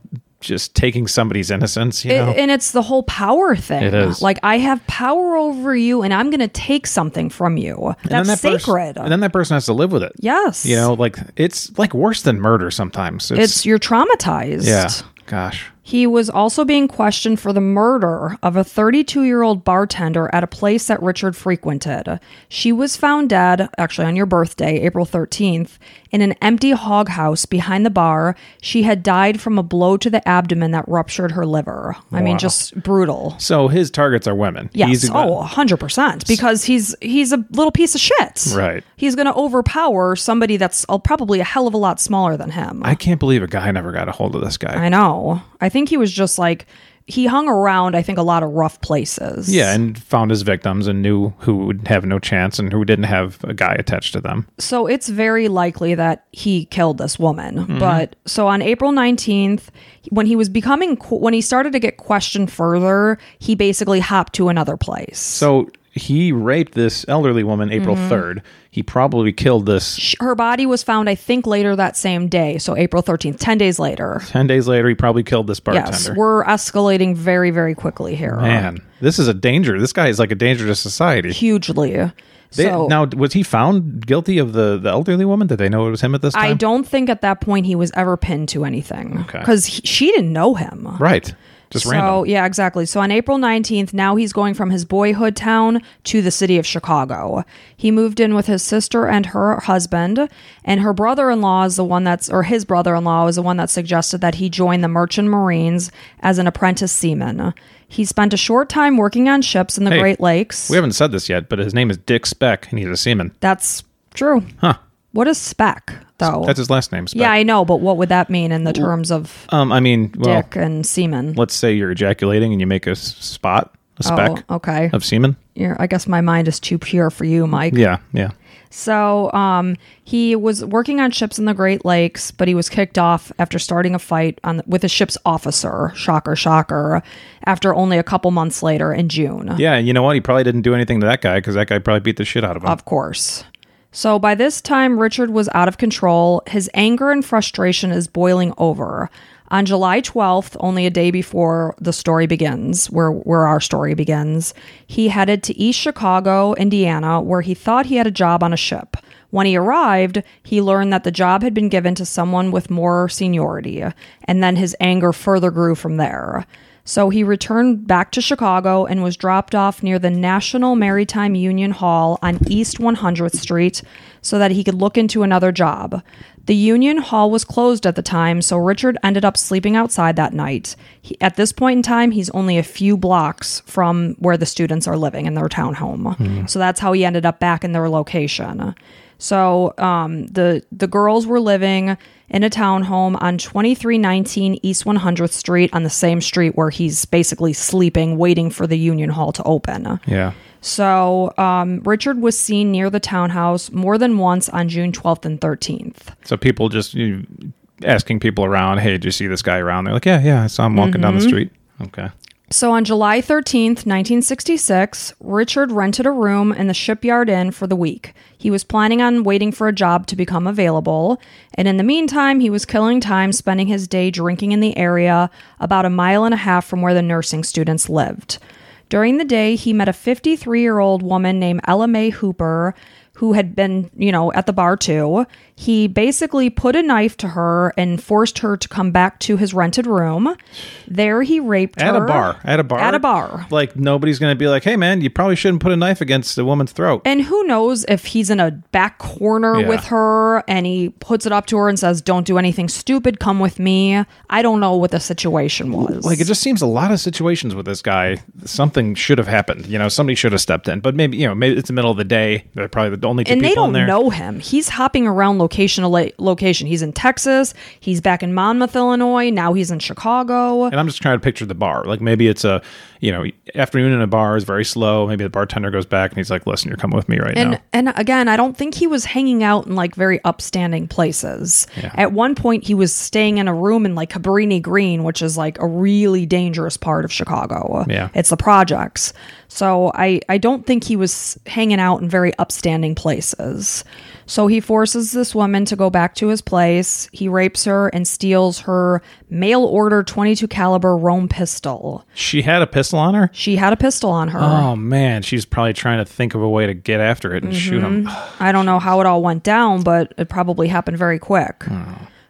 just taking somebody's innocence you
It-
know
and it's the whole power thing.
It is.
Like I have power over you and I'm going to take something from you.
And
That's
then that person-
sacred.
and then that person has to live with it
yes.
you know like it's like worse than murder sometimes
it's
it's,
you're traumatized.
yeah gosh
He was also being questioned for the murder of a 32 year old bartender at a place that Richard frequented. She was found dead, actually on your birthday, April 13th, in an empty hog house behind the bar. She had died from a blow to the abdomen that ruptured her liver. I
Wow.
mean, just brutal.
so his targets are women
Yes.
He's-
Oh, 100%. Because he's he's a little piece of shit.
Right.
He's going to overpower somebody that's uh, probably a hell of a lot smaller than him.
i can't believe a guy never got a hold of this guy
I know. I think he was just like he hung around. I think a lot of rough places.
Yeah, and found his victims and knew who would have no chance and who didn't have a guy attached to them.
So it's very likely that he killed this woman.
Mm-hmm.
But so on April nineteenth, when he was becoming qu- when he started to get questioned further, he basically hopped to another place.
So he raped this elderly woman April
Mm-hmm.
3rd. He probably killed this
Sh- her body was found, I think, later that same day. So April thirteenth, ten days later.
10 days later. He probably killed this bartender.
Yes, we're escalating very, very quickly here.
Man, this is a danger. This guy is like a danger to society.
Hugely.
They-
so
now, was he found guilty of the, the elderly woman? Did they know it was him at this time?
I don't think at that point he was ever pinned to anything
Okay.
because she didn't know him.
Right. Just
So
random.
yeah, exactly. So on April 19th, now he's going from his boyhood town to the city of Chicago. He moved in with his sister and her husband, and her brother-in-law is the one that's or his brother-in-law is the one that suggested that he join the Merchant Marines as an apprentice seaman. He spent a short time working on ships in the
Hey,
Great Lakes.
We haven't said this yet, but his name is Dick Speck and he's a seaman.
that's true.
Huh.
What is spec though?
That's his last name. Speck.
Oh. yeah, I know, but what would that mean in the terms of
um, I mean, well,
dick and semen?
let's say you're ejaculating and you make a s- spot, a speck
Oh, okay.
of semen.
You're, I guess my mind is too pure for you, Mike.
Yeah, yeah.
So um, he was working on ships in the Great Lakes, but he was kicked off after starting a fight on with a ship's officer. Shocker, shocker! After only a couple months later in June,
Yeah, and you know what? He probably didn't do anything to that guy because that guy probably beat the shit out of him.
of course. So by this time, Richard was out of control. His anger and frustration is boiling over. On July 12th, only a day before the story begins, where, where our story begins, he headed to East Chicago, Indiana, where he thought he had a job on a ship. When he arrived, he learned that the job had been given to someone with more seniority, and then his anger further grew from there. So he returned back to Chicago and was dropped off near the National Maritime Union Hall on East 100th Street so that he could look into another job. The Union Hall was closed at the time, so Richard ended up sleeping outside that night. He, at this point in time, he's only a few blocks from where the students are living in their townhome. So that's how he ended up back in their location. So um, the the girls were living in a townhome on 2319 East 100th Street on the same street where he's basically sleeping, waiting for the Union Hall to open.
yeah.
So um, Richard was seen near the townhouse more than once on June 12th and 13th.
So people just you, asking people around, hey, did you see this guy around? They're like, yeah, yeah, I saw him walking
Mm-hmm.
down the street. Okay.
So on July 13th, 1966, Richard rented a room in the Shipyard Inn for the week. He was planning on waiting for a job to become available, and in the meantime, he was killing time spending his day drinking in the area about a mile and a half from where the nursing students lived. During the day, he met a 53 year old woman named Ella Mae Hooper who had been, you know, at the bar too, he basically put a knife to her and forced her to come back to his rented room. There he raped
At
her
a bar. At a bar.
At a bar.
Like nobody's going to be like, hey, man, you probably shouldn't put a knife against a woman's throat.
And who knows if he's in a back corner
Yeah.
with her and he puts it up to her and says, Don't do anything stupid, come with me. I don't know what the situation was.
like it just seems a lot of situations with this guy something should have happened you know somebody should have stepped in but maybe you know maybe it's the middle of the day they're probably the only two
and
people
they don't
in there
know him. He's hopping around location to la- location. He's in Texas. He's back in Monmouth, Illinois. Now he's in Chicago.
and i'm just trying to picture the bar like maybe it's a you know afternoon in a bar is very slow maybe the bartender goes back and he's like listen you're coming with me right
And
now
and again, I don't think he was hanging out in like very upstanding places. At one point, he was staying in a room in like Cabrini Green, which is like a really dangerous part of Chicago.
Yeah.
it's the projects. So I I don't think he was hanging out in very upstanding places. So he forces this woman to go back to his place. He rapes her and steals her mail order 22 caliber Rome pistol.
she had a pistol on her
She had a pistol on her.
oh man she's probably trying to think of a way to get after it and shoot him
I don't know how it all went down, but it probably happened very quick.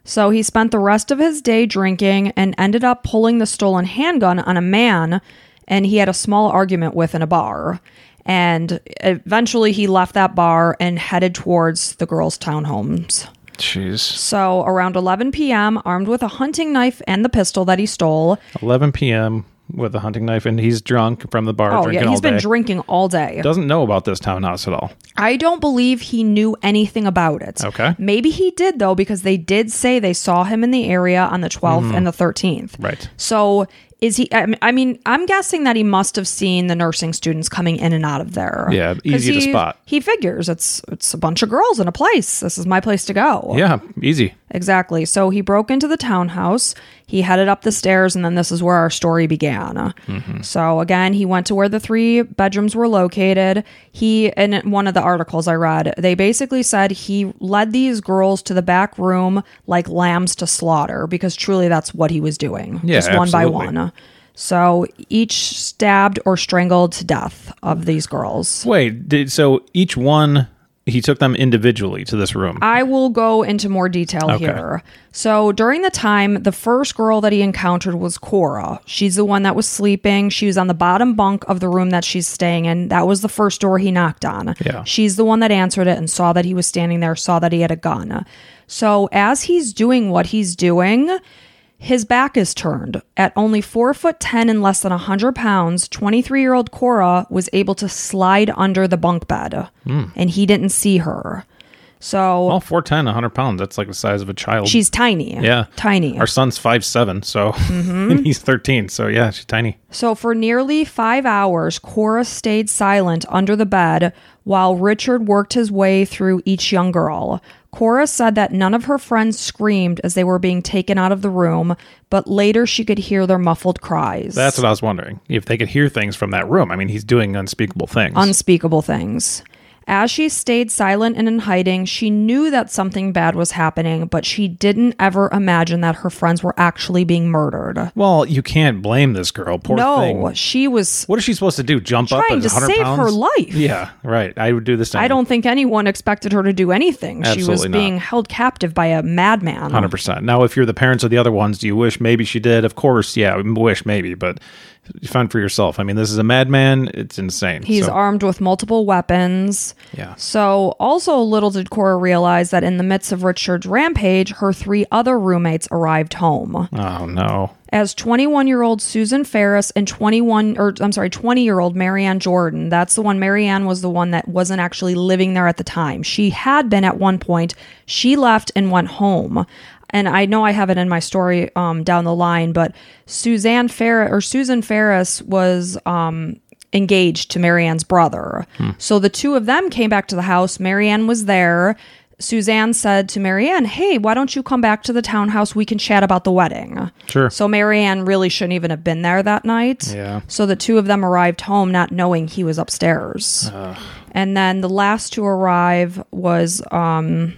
So he spent the rest of his day drinking and ended up pulling the stolen handgun on a man and he had a small argument with in a bar. And eventually he left that bar and headed towards the girls' townhomes.
[SIGHS] jeez
So around 11 p.m., armed with a hunting knife and the pistol that he stole,
11 p.m with a hunting knife and he's drunk from the bar
oh
drinking
yeah,
all
he's been
day
drinking all day.
doesn't know about this townhouse at all
I don't believe he knew anything about it.
Okay.
Maybe he did though, because they did say they saw him in the area on the 12th and the 13th.
Mm-hmm. Right.
So is he? I m- I mean, I'm guessing that he must have seen the nursing students coming in and out of there.
Yeah,
'Cause
easy to
he-
spot.
He figures it's it's a bunch of girls in a place. This is my place to go.
yeah easy
Exactly. So he broke into the townhouse. He headed up the stairs, and then this is where our story began.
Mm-hmm.
So again, he went to where the three bedrooms were located. He, in one of the articles I read, they basically said he led these girls to the back room like lambs to slaughter because truly that's what he was doing.
Yeah,
just one by
absolutely.
one. So each stabbed or strangled to death of these girls.
Wait, did, so each one he took them individually to this room.
I will go into more detail here. So during the time, the first girl that he encountered was Cora. She's the one that was sleeping. She was on the bottom bunk of the room that she's staying in. That was the first door he knocked on.
Yeah.
She's the one that answered it and saw that he was standing there, saw that he had a gun. So as he's doing what he's doing, his back is turned. At only four foot ten and less than hundred pounds, twenty-three-year-old Cora was able to slide under the bunk bed, and he didn't see her. So
well, 410, 100 pounds. That's like the size of a child.
She's tiny.
yeah,
Tiny.
Our son's five seven, so
Mm-hmm.
[LAUGHS] and he's thirteen. So yeah, she's tiny.
so for nearly five hours, Cora stayed silent under the bed while Richard worked his way through each young girl. Cora said that none of her friends screamed as they were being taken out of the room, but later she could hear their muffled cries.
That's what I was wondering if they could hear things from that room. I mean, he's doing unspeakable things.
unspeakable things. As she stayed silent and in hiding, she knew that something bad was happening, but she didn't ever imagine that her friends were actually being murdered.
well, you can't blame this girl. Poor
No,
thing.
she was
What is she supposed to do? Jump up
Trying
at
to
100
save
pounds?
her life.
Yeah, right. I would do this.
I don't think anyone expected her to do anything. she was
Um, Absolutely not.
being held captive by a madman.
Hundred percent. Now, if you're the parents of the other ones, do you wish maybe she did? Of course, yeah, wish maybe, but find for yourself. I mean, this is a madman. It's insane.
He's
So,
armed with multiple weapons.
yeah.
So, also, little did Cora realize that in the midst of Richard's rampage, her three other roommates arrived home.
Oh no.
As 21 year old Susan Ferris and 21, or I'm sorry, 20 year old Marianne Jordan. That's the one. Marianne was the one that wasn't actually living there at the time. She had been at one point. She left and went home. And I know I have it in my story um, down the line, but Suzanne Ferris or Susan Ferris was um, engaged to Marianne's brother. So the two of them came back to the house. Marianne was there. Suzanne said to Marianne, Hey, why don't you come back to the townhouse? We can chat about the wedding.
Sure.
So Marianne really shouldn't even have been there that night.
Yeah.
So the two of them arrived home not knowing he was upstairs. And then the last to arrive was um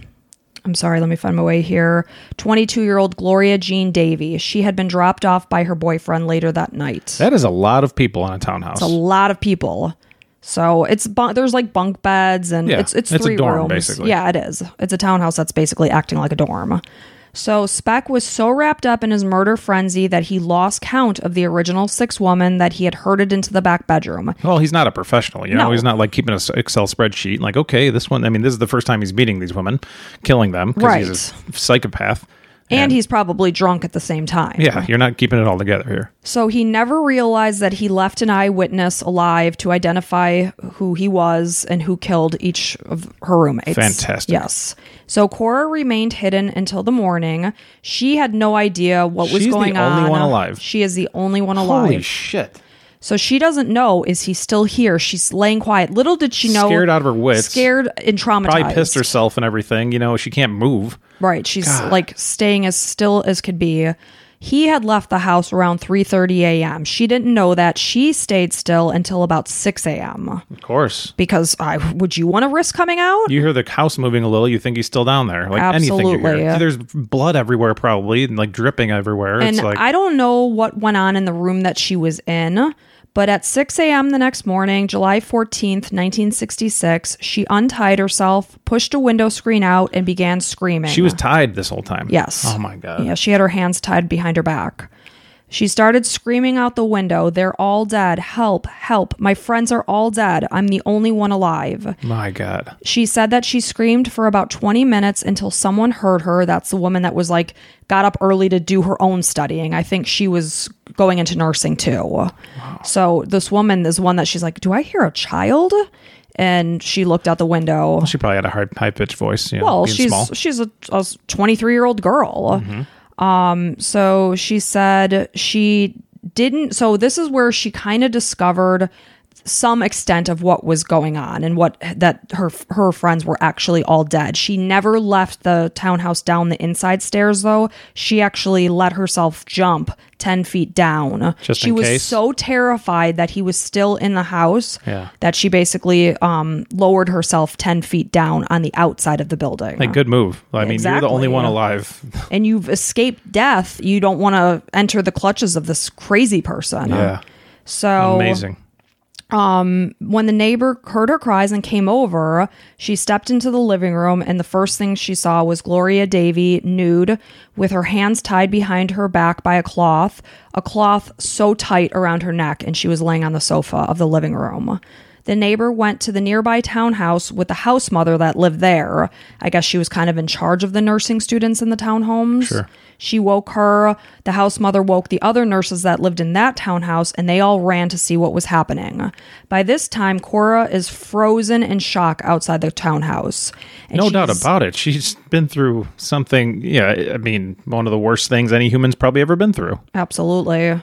I'm sorry, let me find my way here. 22-year-old Gloria Jean Davy. She had been dropped off by her boyfriend later that night.
That is a lot of people in a townhouse.
a lot of people. So it's bu- there's like bunk beds and
Yeah,
it's it's
it's a
three
dorm,
rooms.
basically.
Yeah, it is. It's a townhouse that's basically acting like a dorm. So Speck was so wrapped up in his murder frenzy that he lost count of the original six women that he had herded into the back bedroom.
Well, he's not a professional, you know.
No.
He's not like keeping an Excel spreadsheet. Like, okay, this one. I mean, this is the first time he's beating these women, killing them because he's a psychopath.
And, he's probably drunk at the same time.
yeah, you're not keeping it all together here.
So he never realized that he left an eyewitness alive to identify who he was and who killed each of her roommates.
Fantastic.
Yes. So Cora remained hidden until the morning. She had no idea what was
She's the
going on.
only one alive.
She is the only one alive.
Holy shit!
so she doesn't know is he still here? She's laying quiet. Little did she know
Scared out of her wits.
Scared and traumatized.
Probably pissed herself and everything. You know, she can't move.
Right. She's like staying as still as could be. He had left the house around 3:30 a.m. She didn't know that. She stayed still until about 6 a.m.
Of course.
because I would you want to risk coming out?
You hear the house moving a little. You think he's still down there. Like anything you
Absolutely.
hear. There's blood everywhere, probably, and like dripping everywhere.
and
it's like
I don't know what went on in the room that she was in, but at 6 a.m. the next morning, July 14th, 1966, she untied herself, pushed a window screen out, and began screaming.
she was tied this whole time.
Yes.
Oh my god.
Yeah, she had her hands tied behind her back. She started screaming out the window, They're all dead. Help, help. My friends are all dead. I'm the only one alive.
My god.
She said that she screamed for about 20 minutes until someone heard her. That's the woman that was like, got up early to do her own studying. I think she was going into nursing too. So this woman is one that she's like, Do I hear a child? And she looked out the window.
She probably had a high high pitched voice. You know,
Well,
being
she's
small.
she's a, a 23 year old girl. Um, so she said she didn't. So this is where she kind of discovered some extent of what was going on and what that her her friends were actually all dead. She never left the townhouse down the inside stairs though. She actually let herself jump 10 feet down.
Just
she
in
was
case?
so terrified that he was still in the house
Yeah.
that she basically um, lowered herself 10 feet down on the outside of the building.
Like good move. I mean, you're
Exactly.
the only one alive.
and you've escaped death. You don't want to enter the clutches of this crazy person.
Yeah.
So
Amazing.
when the neighbor heard her cries and came over, she stepped into the living room, and the first thing she saw was Gloria Davy nude with her hands tied behind her back by a cloth, a cloth so tight around her neck, and she was laying on the sofa of the living room. The neighbor went to the nearby townhouse with the house mother that lived there. I guess she was kind of in charge of the nursing students in the townhomes.
Sure.
She woke her, the house mother woke the other nurses that lived in that townhouse, and they all ran to see what was happening. By this time, Cora is frozen in shock outside the townhouse. And
No doubt
she's-
about it. She's been through something. Yeah, I mean, one of the worst things any human's probably ever been through.
Absolutely.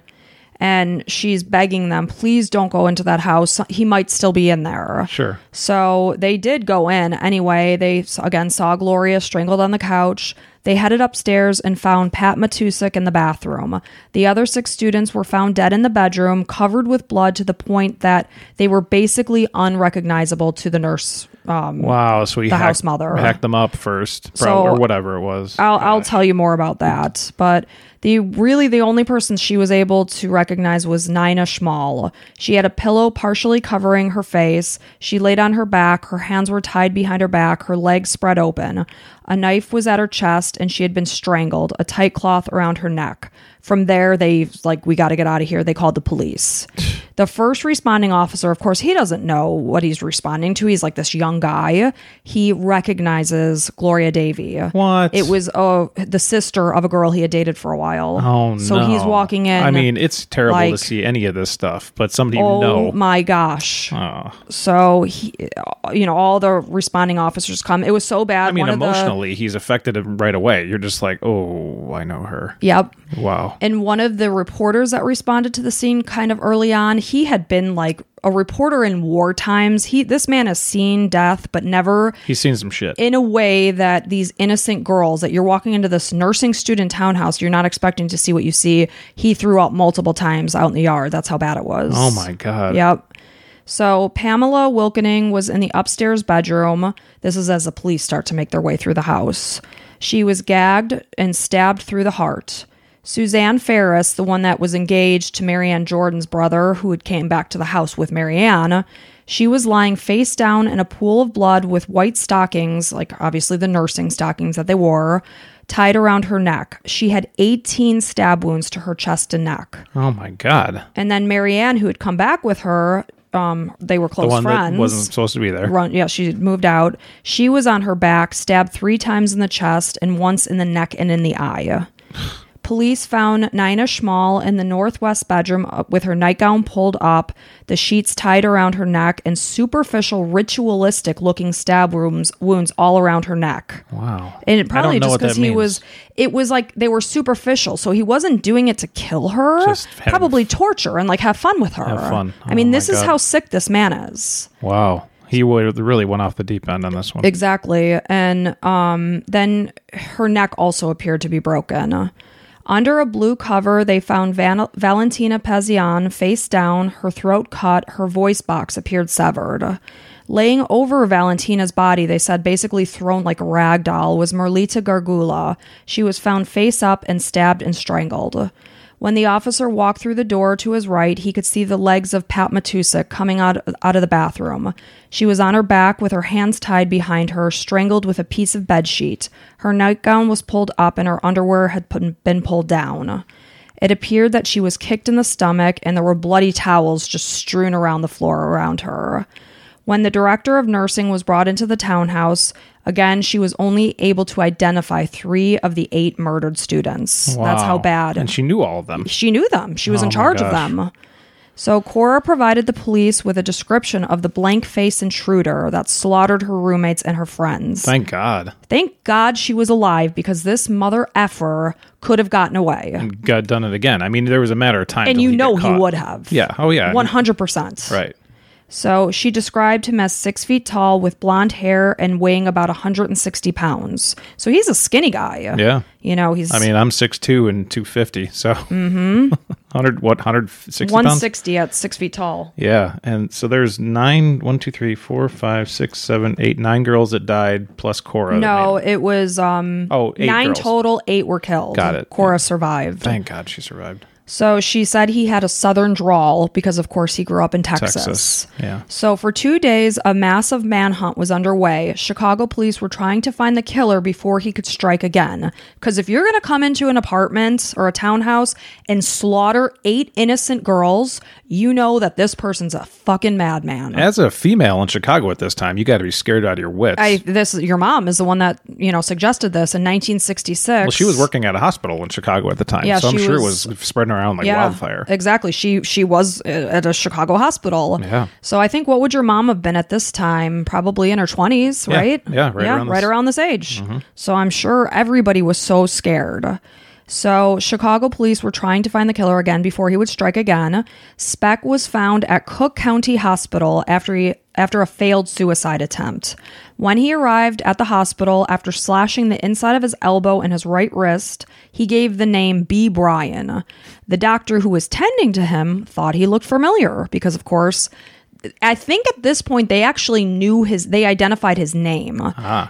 And she's begging them, please don't go into that house. He might still be in there.
Sure.
So they did go in anyway. They s- again saw Gloria strangled on the couch. They headed upstairs and found Pat Matusik in the bathroom. The other six students were found dead in the bedroom, covered with blood to the point that they were basically unrecognizable to the nurse. Um,
Wow. So he the
house mother.
hacked them up first, bro,
So- uh,
or whatever it was.
I'll, I'll tell you more about that. But the really the only person she was able to recognize was Nina Schmal. She had a pillow partially covering her face. She laid on her back. Her hands were tied behind her back. Her legs spread open. A knife was at her chest, and she had been strangled. A tight cloth around her neck. From there, they like we got to get out of here. They called the police. The first responding officer, of course, he doesn't know what he's responding to. He's like this young guy. He recognizes Gloria Davy.
What?
It was uh, the sister of a girl he had dated for a while.
Oh
so
no.
he's walking in.
I mean, it's terrible to
like-
see any of this stuff, but somebody you
oh
know.
my gosh.
Oh.
So he, you know, all the responding officers come. It was so bad.
I mean,
One of the-
emotionally, he's affected him right away. You're just like, oh, I know her.
yep.
Wow.
And one of the reporters that responded to the scene kind of early on, he had been like a reporter in war times. He this man has seen death, but never
He's seen some shit.
in a way that these innocent girls that you're walking into this nursing student townhouse, you're not expecting to see what you see. He threw out multiple times out in the yard. That's how bad it was.
oh my god.
Yep. So Pamela Wilkening was in the upstairs bedroom. This is as the police start to make their way through the house. She was gagged and stabbed through the heart. Suzanne Ferris, the one that was engaged to Marianne Jordan's brother, who had came back to the house with Marianne, She was lying face down in a pool of blood with white stockings, like obviously the nursing stockings that they wore, tied around her neck. She had 18 stab wounds to her chest and neck.
Oh my god.
And then Marianne, who had come back with her, um, they were close
The one
friends
that wasn't supposed to be there.
run yeah she moved out she was on her back stabbed three times in the chest and once in the neck and in the eye [SIGHS] police found nina schmal in the northwest bedroom uh, with her nightgown pulled up the sheets tied around her neck and superficial ritualistic looking stab wounds wounds all around her neck
Wow.
and it probably
know
just
what
because
that
he
means.
was it was like they were superficial so he wasn't doing it to kill her
Just having-
probably torture and like have fun with her
Have fun.
i mean
Oh my
this is
God.
how sick this man is
Wow. He wa- really went off the deep end on this one.
Exactly. And um, then her neck also appeared to be broken. Under a blue cover, they found Van- Valentina Pezian face down, her throat cut, her voice box appeared severed. Laying over Valentina's body, they said basically thrown like a rag doll, was Merlita Gargula. She was found face up and stabbed and strangled. When the officer walked through the door to his right, he could see the legs of Pat Matusik coming out, out of the bathroom. She was on her back with her hands tied behind her, strangled with a piece of bedsheet. Her nightgown was pulled up and her underwear had put, been pulled down. It appeared that she was kicked in the stomach and there were bloody towels just strewn around the floor around her. When the director of nursing was brought into the townhouse, again, she was only able to identify three of the eight murdered students. That's how
Wow.
bad
And she knew all of them.
she knew them. She was
Oh
in
my
charge of
gosh.
them. So Cora provided the police with a description of the blank face intruder that slaughtered her roommates and her friends.
Thank God.
Thank God she was alive because this mother effer could have gotten away.
Got done it again. I mean, there was a matter of time.
And
till
you
he
know he
got caught.
would have.
Yeah. Oh yeah.
100%.
Right.
So she described him as six feet tall with blonde hair and weighing about 160 pounds. So he's a skinny guy.
Yeah.
You know, he's
I mean, I'm 6'2 and 250, so [LAUGHS] 100 what 160 pounds?
160 at Mm-hmm. six feet tall.
Yeah, and so there's nine, one, two, three, four, five, six, seven, eight, nine girls that died plus Cora. that
No,
made it.
it was um
Oh, eight
nine
girls.
total, eight were killed.
Got it.
Cora survived.
thank God she survived.
So she said he had a southern drawl because of course he grew up in Texas.
Texas. Yeah.
So for 2 days a massive manhunt was underway. Chicago police were trying to find the killer before he could strike again cuz if you're going to come into an apartment or a townhouse and slaughter eight innocent girls, you know that this person's a fucking madman.
As a female in Chicago at this time, you got to be scared out of your wits.
I, this your mom is the one that you know suggested this in 1966.
well, she was working at a hospital in Chicago at the time,
Yeah,
so I'm
she
sure
was-
it was spreading around like wildfire.
Exactly. She she was uh, at a Chicago hospital.
Yeah.
So I think what would your mom have been at this time? Probably in her twenties,
Yeah.
right?
Yeah, right
right
around this- Mm-hmm.
around this age. So I'm sure everybody was so scared. So Chicago police were trying to find the killer again before he would strike again. Speck was found at Cook County Hospital after he after a failed suicide attempt. When he arrived at the hospital after slashing the inside of his elbow and his right wrist, he gave the name B. Bryan. The doctor who was tending to him thought he looked familiar because of course I think at this point they actually knew his they identified his name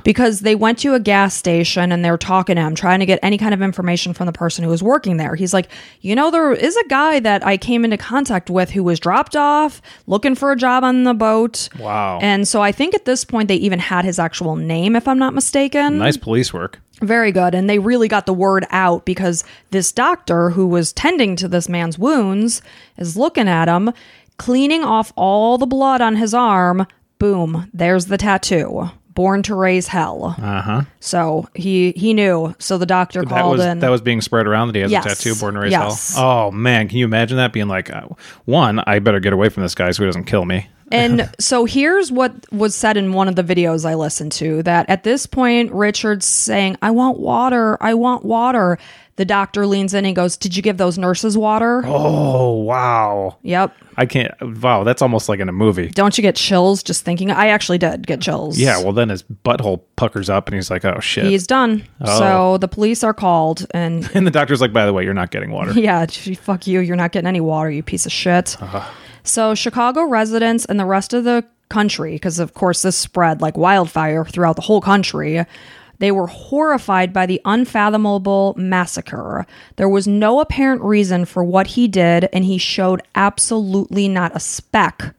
because they went to a gas station and they were talking to him trying to get any kind of information from the person who was working there. He's like, "You know there is a guy that I came into contact with who was dropped off looking for a job on the boat."
Wow.
And so I think at this point they even had his actual name if I'm not mistaken.
nice police work.
Very good. And they really got the word out because this doctor who was tending to this man's wounds is looking at him, cleaning off all the blood on his arm. Boom, there's the tattoo. Born to raise hell.
Uh huh.
So he he knew. So the doctor
That
called
was
in.
that was being spread around that he has
Yes.
a tattoo, born and raised
Yes.
hell. Oh man, can you imagine that being like, uh, one, I better get away from this guy so he doesn't kill me. [LAUGHS]
and so here's what was said in one of the videos I listened to that at this point, Richard's saying, I want water. I want water. The doctor leans in and goes, Did you give those nurses water?
Oh wow,
Yep.
I can't. Wow, that's almost like in a movie.
Don't you get chills just thinking? I actually did get chills.
Yeah, well then his butthole puckers up and he's like, oh shit.
he's done.
Oh.
So the police are called, and [LAUGHS]
and the doctor's like, by the way, you're not getting water.
yeah, gee, fuck you. You're not getting any water, you piece of shit.
Uh-huh.
So Chicago residents and the rest of the country, because of course this spread like wildfire throughout the whole country. They were horrified by the unfathomable massacre. There was no apparent reason for what he did, and he showed absolutely not a speck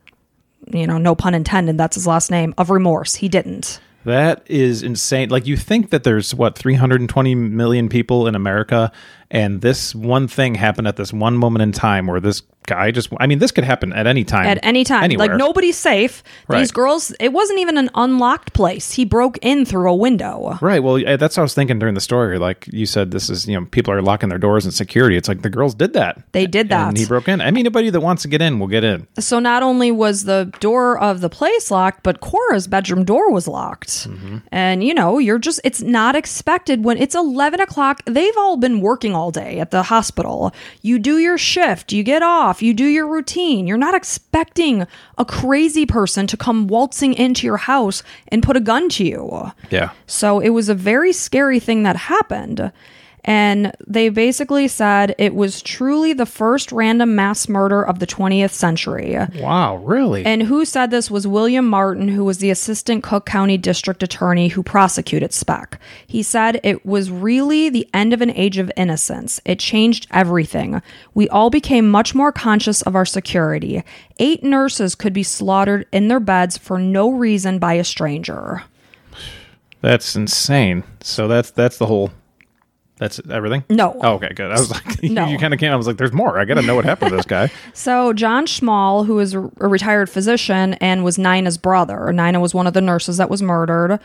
you know, no pun intended, that's his last name, of remorse. He didn't.
That is insane. Like you think that there's what 320 million people in America and this one thing happened at this one moment in time where this guy just I mean this could happen at any time.
At any time.
Anywhere.
Like nobody's safe. These
Right.
girls, it wasn't even an unlocked place. He broke in through a window.
Right. Well, yeah, that's what I was thinking during the story. Like you said, this is you know people are locking their doors and security. It's like the girls did that.
They did that.
And he broke in. I mean, anybody that wants to get in will get in.
So not only was the door of the place locked, but Cora's bedroom door was locked.
Mm-hmm.
And you know, you're just it's not expected when it's eleven o'clock. They've all been working all day at the hospital. You do your shift, you get off, you do your routine. You're not expecting a crazy person to come waltzing into your house and put a gun to you.
Yeah.
So it was a very scary thing that happened. And they basically said it was truly the first random mass murder of the 20th century.
Wow. Really.
And who said this was William Martin, who was the assistant Cook County District Attorney who prosecuted Speck. He said it was really the end of an age of innocence. It changed everything. We all became much more conscious of our security. Eight nurses could be slaughtered in their beds for no reason by a stranger.
that's insane. So that's that's the whole. That's everything.
No.
Oh, okay. Good. I was like, [LAUGHS]
No.
you kind of can't. I was like, there's more. I got to know what happened to this guy.
So John Schmall, who is a a retired physician and was Nina's brother, Nina was one of the nurses that was murdered.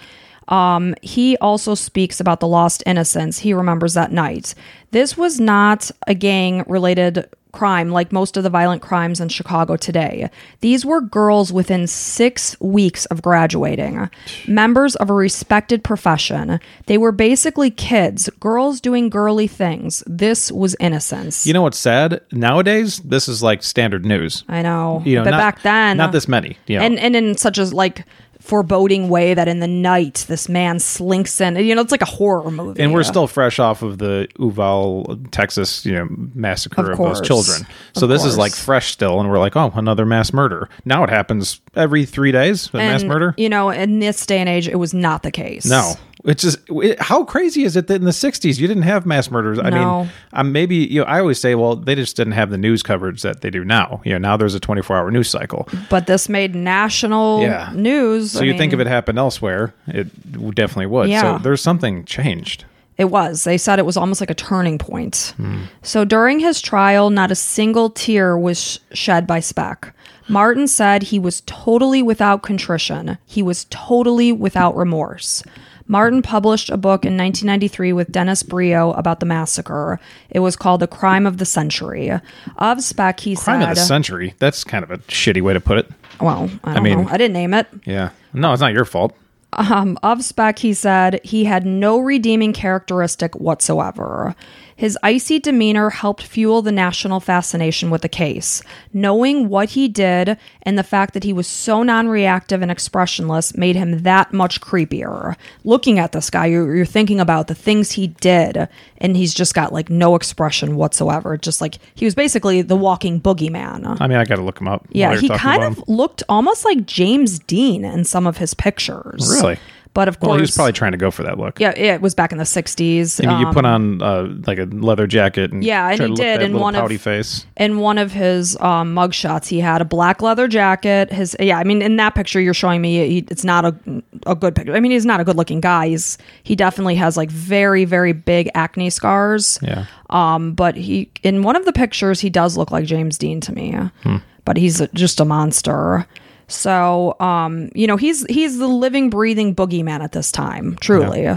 Um, he also speaks about the lost innocence he remembers that night. This was not a gang related crime like most of the violent crimes in Chicago today. These were girls within six weeks of graduating, members of a respected profession. They were basically kids, girls doing girly things. This was innocence.
You know what's sad? Nowadays, this is like standard news.
I know.
You know,
but
not-
back then, uh,
not this many. You know.
and and in such a like foreboding way that in the night this man slinks in. You know, it's like a horror movie.
and we're still fresh off of the Uval, Texas, you know, massacre
Of
of,
course.
those children. So
Of
this is like
course.
fresh still, and we're like, oh, another mass murder. Now it happens every three days. A mass
And,
murder.
You know, in this day and age, it was not the case.
No. It's just it, how crazy is it that in the '60s you didn't have mass murders? I
No.
mean, um, maybe you know. I always say, well, they just didn't have the news coverage that they do now. You know, now there's a 24-hour news cycle.
but this made national
Yeah.
news.
So you think if it happened elsewhere, it w- definitely would.
Yeah.
So there's something changed.
It was. They said it was almost like a turning point. So during his trial, not a single tear was sh- shed by Speck. Martin said he was totally without contrition. He was totally without remorse. Martin published a book in 1993 with Dennis Brio about the massacre. It was called The Crime of the Century. Of Speck, he
Crime
said,
of the century. That's kind of a shitty way to put it.
Well, I don't
mean-
know. I didn't name it.
Yeah. No, it's not your fault.
Um, of Speck, he said he had no redeeming characteristic whatsoever. His icy demeanor helped fuel the national fascination with the case. Knowing what he did and the fact that he was so non reactive and expressionless made him that much creepier. Looking at this guy, you're, you're thinking about the things he did, and he's just got like no expression whatsoever. Just like he was basically the walking boogeyman.
I mean, I got to look him up.
Yeah,
while you're
he
talking
kind
about
of
him.
looked almost like James Dean in some of his pictures.
Really?
But of course,
Well, he was probably trying to go for that look.
yeah, yeah, it was back in the 60s.
I mean, you
um,
put on uh, like a leather jacket and
Yeah, and he
try to look
did,
that
and
little
one of-
pouty face.
in one of his um, mug shots, he had a black leather jacket. His yeah, I mean, in that picture you're showing me, he, it's not a a good picture. I mean, he's not a good looking guy. He's he definitely has like very very big acne scars.
Yeah.
Um, but he in one of the pictures he does look like James Dean to me, but he's a- just a monster. So, um, you know, he's he's the living, breathing boogeyman at this time, truly.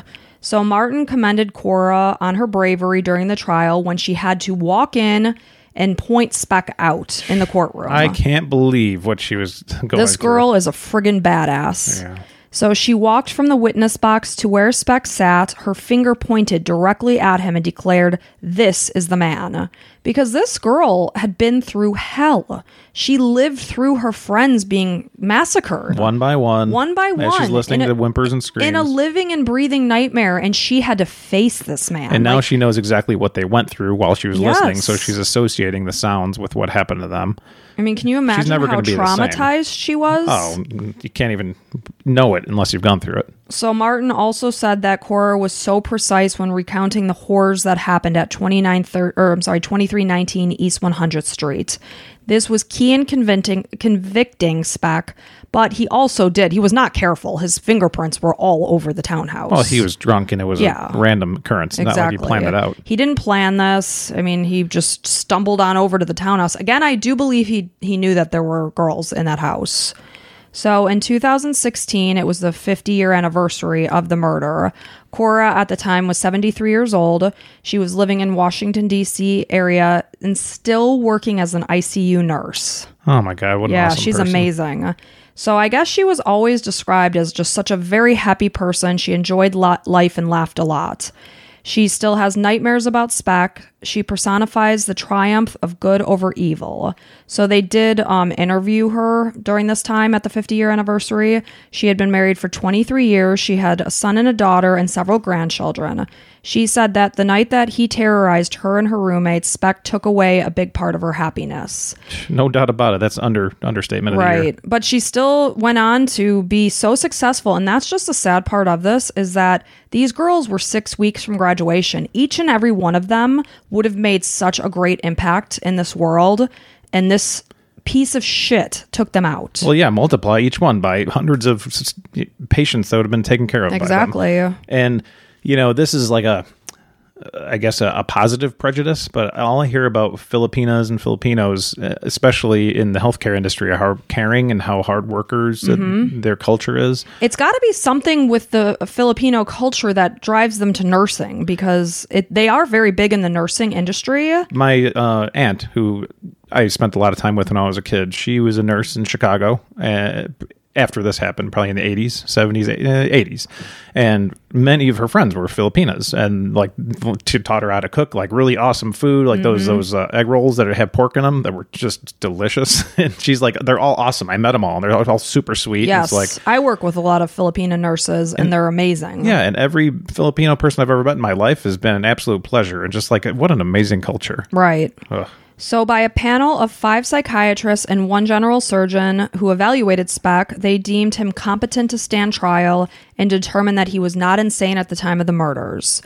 So Martin commended Cora on her bravery during the trial when she had to walk in and point Speck out in the courtroom.
I can't believe what she was [LAUGHS] going
This girl is a friggin' badass. So she walked from the witness box to where Speck sat, her finger pointed directly at him, and declared, This is the man. Because this girl had been through hell. She lived through her friends being massacred
One by one.
One by
As
one,
she's listening
in
to
a-
whimpers and screams.
in a living and breathing nightmare, and she had to face this man.
and now
Like,
she knows exactly what they went through while she was listening. So
Yes.
she's associating the sounds with what happened to them.
I mean, can you imagine
never
how
gonna be the same.
Oh. traumatized she was?
Oh, you can't even know it unless you've gone through it.
So Martin also said that Cora was so precise when recounting the horrors that happened at 29 thir- or I'm sorry 2319 East 100th Street. This was key in convicting convicting Speck, but he also did. He was not careful. His fingerprints were all over the townhouse.
Well, he was drunk and it was
Yeah.
a random occurrence. Not like he planned it out.
He didn't plan this. I mean, he just stumbled on over to the townhouse. Again, I do believe he he knew that there were girls in that house. So in 2016, it was the 50 year anniversary of the murder. Cora at the time was 73 years old. She was living in Washington D.C. area and still working as an ICU nurse.
Oh my god, what an
Yeah,
awesome
she's
person.
amazing. So I guess she was always described as just such a very happy person. She enjoyed lo- life and laughed a lot. She still has nightmares about Spec. She personifies the triumph of good over evil. So they did um, interview her during this time at the 50 year anniversary. She had been married for 23 years. She had a son and a daughter and several grandchildren. She said that the night that he terrorized her and her roommates, Spec took away a big part of her happiness.
No doubt about it. That's under understatement of the year.
Right. But she still went on to be so successful. And that's just the sad part of this is that these girls were six weeks from graduation. Each and every one of them would have made such a great impact in this world. And this piece of shit took them out.
Well, yeah, multiply each one by hundreds of s- s- patients that would have been taken care of. by them.
Exactly.
And you know, this is like a, I guess, a, a positive prejudice. But all I hear about Filipinas and Filipinos, uh, especially in the healthcare industry, are how caring and how hard workers that
Mm-hmm.
their culture is.
It's got to be something with the Filipino culture that drives them to nursing because it, they are very big in the nursing industry.
my uh, aunt, who I spent a lot of time with when I was a kid, she was a nurse in Chicago uh, after this happened, probably in the 80s, 70s, eh, 80s. And many of her friends were Filipinas and like she taught her how to cook like really awesome food, like those those uh, egg rolls that have pork in them that were just delicious. [LAUGHS] and she's like, they're all awesome. I met them all. And they're all, all super sweet. And
Yes.
It's like,
I work with a lot of Filipino nurses and, they're amazing.
yeah, and every Filipino person I've ever met in my life has been an absolute pleasure. And just like, what an amazing culture.
Right.
Ugh.
So, by a panel of five psychiatrists and one general surgeon who evaluated Speck, they deemed him competent to stand trial and determined that he was not insane at the time of the murders.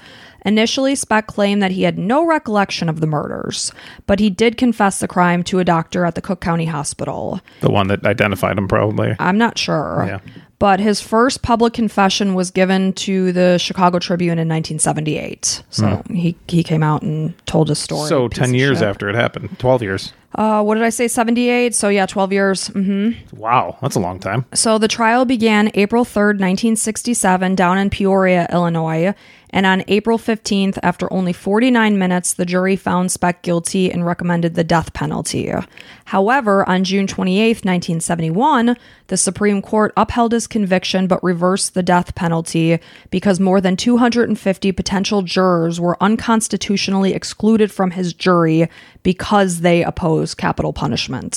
Initially, Speck claimed that he had no recollection of the murders, but he did confess the crime to a doctor at the Cook County Hospital.
The one that identified him probably.
I'm not sure.
Yeah.
But his first public confession was given to the Chicago Tribune in 1978. So he, he came out and told his story.
Hmm. So
Piece
ten
of
years
shit.
after it happened, twelve years.
Uh, what did I say? 78. So, yeah, 12 years. hmm
Wow, that's a long time.
So, the trial began April 3rd, 1967, down in Peoria, Illinois. And on April 15th, after only 49 minutes, the jury found Speck guilty and recommended the death penalty. However, on June 28th, 1971, the Supreme Court upheld his conviction but reversed the death penalty because more than 250 potential jurors were unconstitutionally excluded from his jury because they oppose capital punishment.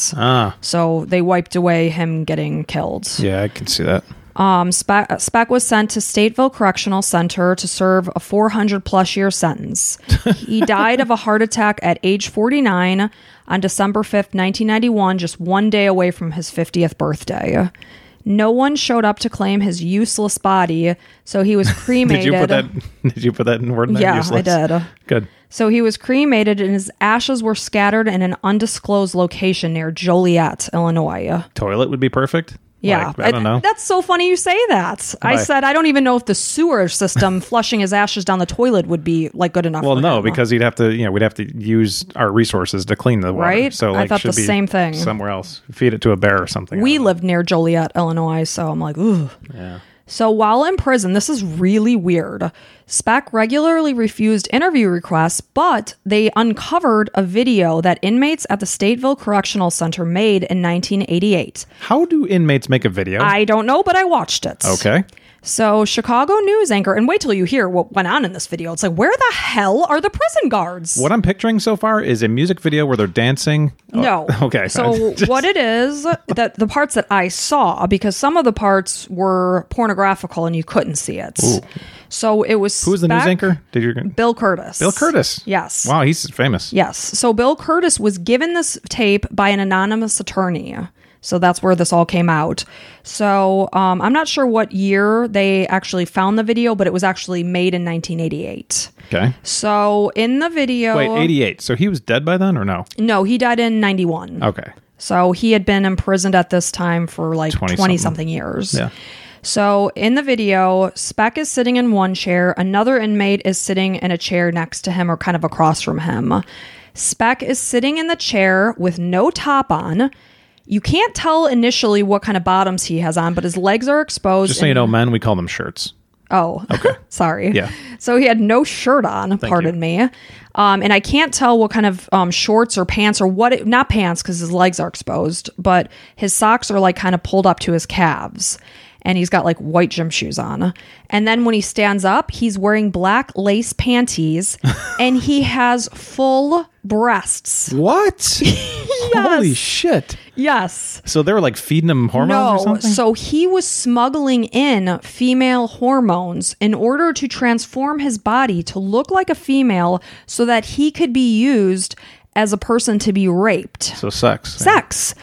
So they wiped away him getting killed.
Ah, Yeah, I can see that.
Um, Speck, Speck was sent to Stateville Correctional Center to serve a 400 plus year
[LAUGHS]
sentence. he died of a heart attack at age 49 on December 5th, 1991, just one day away from his 50th birthday. No one showed up to claim his useless body, so he was cremated.
[LAUGHS] Did you put that? [LAUGHS] Did you put that in word?
Yeah, I
useless?
did.
Good.
So he was cremated, and his ashes were scattered in an undisclosed location near Joliet, Illinois.
Toilet would be perfect.
Yeah,
Like, I don't know.
That's so funny you say that. I
Why?
said I don't even know if the sewer system [LAUGHS] flushing his ashes down the toilet would be like good enough.
Well,
for
no,
him.
because you'd have to. You know, we'd have to use our resources to clean the water.
Right?
So
I
like,
thought
should
the
be
same thing.
somewhere else. Feed it to a bear or something.
we lived near Joliet, Illinois, so I'm like, ugh.
Yeah.
So while in prison, this is really weird. Speck regularly refused interview requests, but they uncovered a video that inmates at the Stateville Correctional Center made in 1988.
How do inmates make a video?
I don't know, but I watched it.
okay.
So, Chicago news anchor, and wait till you hear what went on in this video. It's like, where the hell are the prison guards?
What I'm picturing so far is a music video where they're dancing. Oh,
No.
okay.
So
[LAUGHS] Just-
what it is that the parts that I saw, because some of the parts were pornographical and you couldn't see it. So it was
Who was the news
spec-
anchor? Did you?
Bill Curtis.
Bill Curtis.
Yes.
Wow, he's famous.
Yes. So Bill Curtis was given this tape by an anonymous attorney. So that's where this all came out. So um, I'm not sure what year they actually found the video, but it was actually made in 1988.
Okay.
So in the video,
Wait, 88. So he was dead by then or no?
no, he died in 91.
Okay.
So he had been imprisoned at this time for like 20
20-something.
something, years.
Yeah.
So in the video, Speck is sitting in one chair, another inmate is sitting in a chair next to him or kind of across from him. Speck is sitting in the chair with no top on. You can't tell initially what kind of bottoms he has on, but his legs are exposed.
Just so you know, men, we call them shirts.
Oh, [LAUGHS] sorry.
Yeah.
So he had no shirt on. pardon
you.
me. Um, and I can't tell what kind of um, shorts or pants or what. It, not pants because his legs are exposed, but his socks are like kind of pulled up to his calves, and he's got like white gym shoes on. And then when he stands up, he's wearing black lace
[LAUGHS]
panties, and he has full breasts.
What? [LAUGHS] Holy shit.
Yes.
So they were like feeding him hormones or
No,
something?
so he was smuggling in female hormones in order to transform his body to look like a female so that he could be used as a person to be raped.
So sex.
Sex.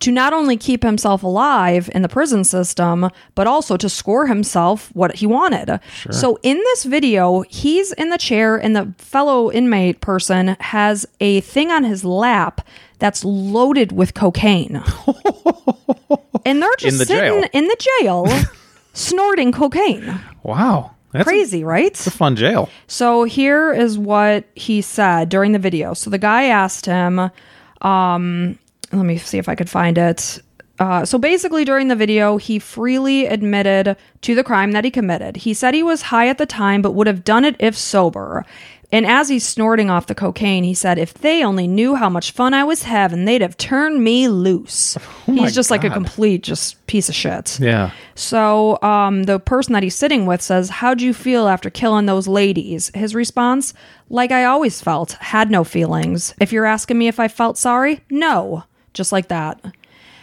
To not only keep himself alive in the prison system, but also to score himself what he wanted. So in this video, he's in the chair and the fellow inmate person has a thing on his lap that's loaded with
[LAUGHS]
cocaine. and they're just
In the
sitting
jail.
in the
[LAUGHS]
jail snorting cocaine.
Wow. That's a
Crazy, right?
fun jail.
So here is what he said during the video. So the guy asked him, um, let me see if I could find it. Uh, so basically, during the video, he freely admitted to the crime that he committed. He said he was high at the time, but would have done it if sober. And as he's snorting off the cocaine, he said, If they only knew how much fun I was having, they'd have turned me loose.
Oh my
he's just like a
God.
complete just piece of shit.
Yeah.
So um, the person that he's sitting with says, How'd you feel after killing those ladies? His response, Like I always felt, had no feelings. If you're asking me if I felt sorry, no. Just like that.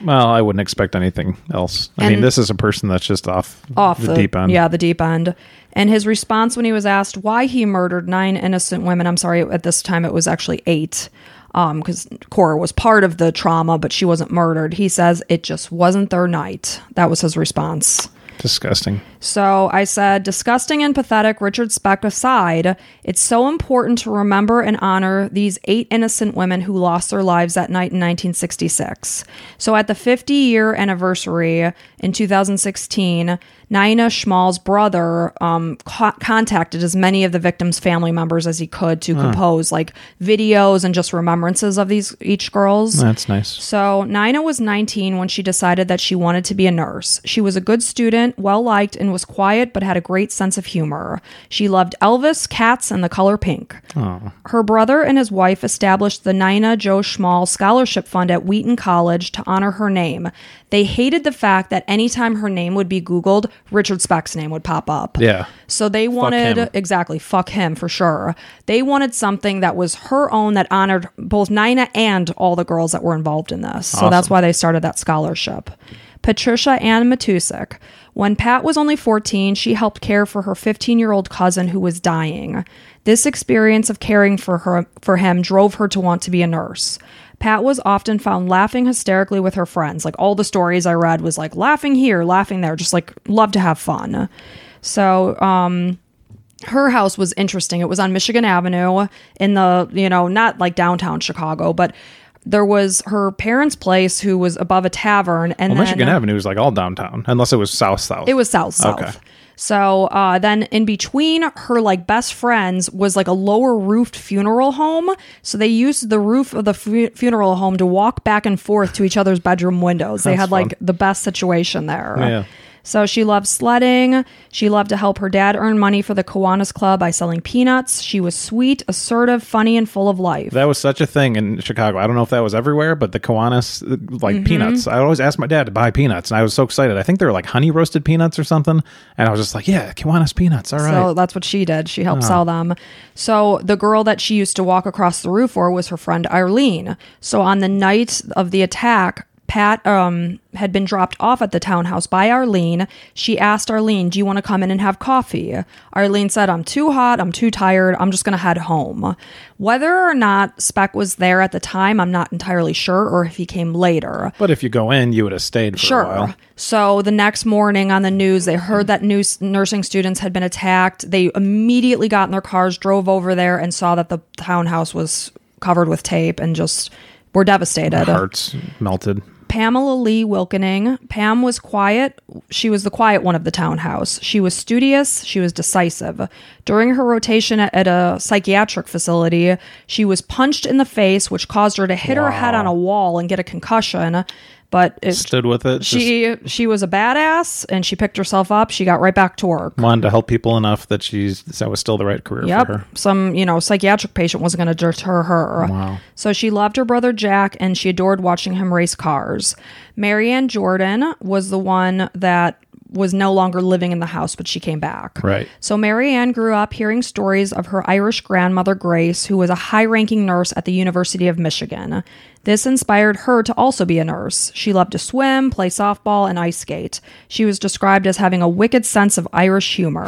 Well, I wouldn't expect anything else. I mean,
And-
this is a person that's just off,
Off
the, deep end.
Yeah, the deep end. And his response when he was asked why he murdered nine innocent women, I'm sorry, at this time it was actually eight, because Cora was part of the trauma, but she wasn't murdered. He says, It just wasn't their night. That was his response.
Disgusting.
So I said, disgusting and pathetic Richard Speck aside, it's so important to remember and honor these eight innocent women who lost their lives that night in 1966. So at the 50 year anniversary in 2016, Naina Schmal's brother um, co- contacted as many of the victims' family members as he could to compose like videos and just remembrances of these each girls.
That's nice.
So, Nina was 19 when she decided that she wanted to be a nurse. She was a good student, well liked, and was quiet but had a great sense of humor. She loved Elvis, cats, and the color pink. Her brother and his wife established the Nina Joe Schmal Scholarship Fund at Wheaton College to honor her name. They hated the fact that anytime her name would be Googled, Richard Speck's name would pop up.
Yeah.
So they wanted
him.
exactly fuck him for sure. They wanted something that was her own that honored both Nina and all the girls that were involved in this. So that's why they started that scholarship. Patricia Ann Matusik. When Pat was only 14, she helped care for her 15-year-old cousin who was dying. This experience of caring for her for him drove her to want to be a nurse. Pat was often found laughing hysterically with her friends. Like all the stories I read was like laughing here, laughing there, just like love to have fun. So, um, her house was interesting. It was on Michigan Avenue in the, you know, not like downtown Chicago, but there was her parents' place who was above a tavern. And
Well,
then
Michigan Avenue is like all downtown, unless it was south south.
it was South South.
Okay.
So uh, then in between her like best friends was like a lower roofed funeral home. So they used the roof of the fu- funeral home to walk back and forth to each other's bedroom windows. They had like the best situation there.
Yeah.
So she loved sledding. She loved to help her dad earn money for the Kiwanis Club by selling peanuts. She was sweet, assertive, funny, and full of life.
That was such a thing in Chicago. I don't know if that was everywhere, but the Kiwanis, like
Mm-hmm.
peanuts. I always asked my dad to buy peanuts, and I was so excited. I think they were like honey roasted peanuts or something, and I was just like, "Yeah, Kiwanis peanuts, all right."
So that's what she did. She helped sell them. So the girl that she used to walk across the roof for was her friend Irene. So on the night of the attack, Pat um, had been dropped off at the townhouse by Arlene. She asked Arlene, Do you want to come in and have coffee? Arlene said, I'm too hot. I'm too tired. I'm just going to head home. Whether or not Speck was there at the time, I'm not entirely sure, or if he came later.
But if you go in, you would have stayed for a while.
Sure. So the next morning on the news, they heard that new s- nursing students had been attacked. They immediately got in their cars, drove over there, and saw that the townhouse was covered with tape and just were devastated.
Hearts melted.
Pamela Lee Wilkening. Pam was quiet. She was the quiet one of the townhouse. She was studious. She was decisive. During her rotation at a psychiatric facility, she was punched in the face, which caused her to hit her head on a wall and get a concussion. But it,
Stood with it. just
she she was a badass and she picked herself up. She got right back to work.
wanted to help people enough that she's that was still the right career for her.
Yep. Some, you know, psychiatric patient wasn't going to deter her.
Wow.
So she loved her brother Jack and she adored watching him race cars. Marianne Jordan was the one that was no longer living in the house, but she came back.
Right.
So Marianne grew up hearing stories of her Irish grandmother Grace, who was a high-ranking nurse at the University of Michigan. This inspired her to also be a nurse. She loved to swim, play softball, and ice skate. She was described as having a wicked sense of Irish humor.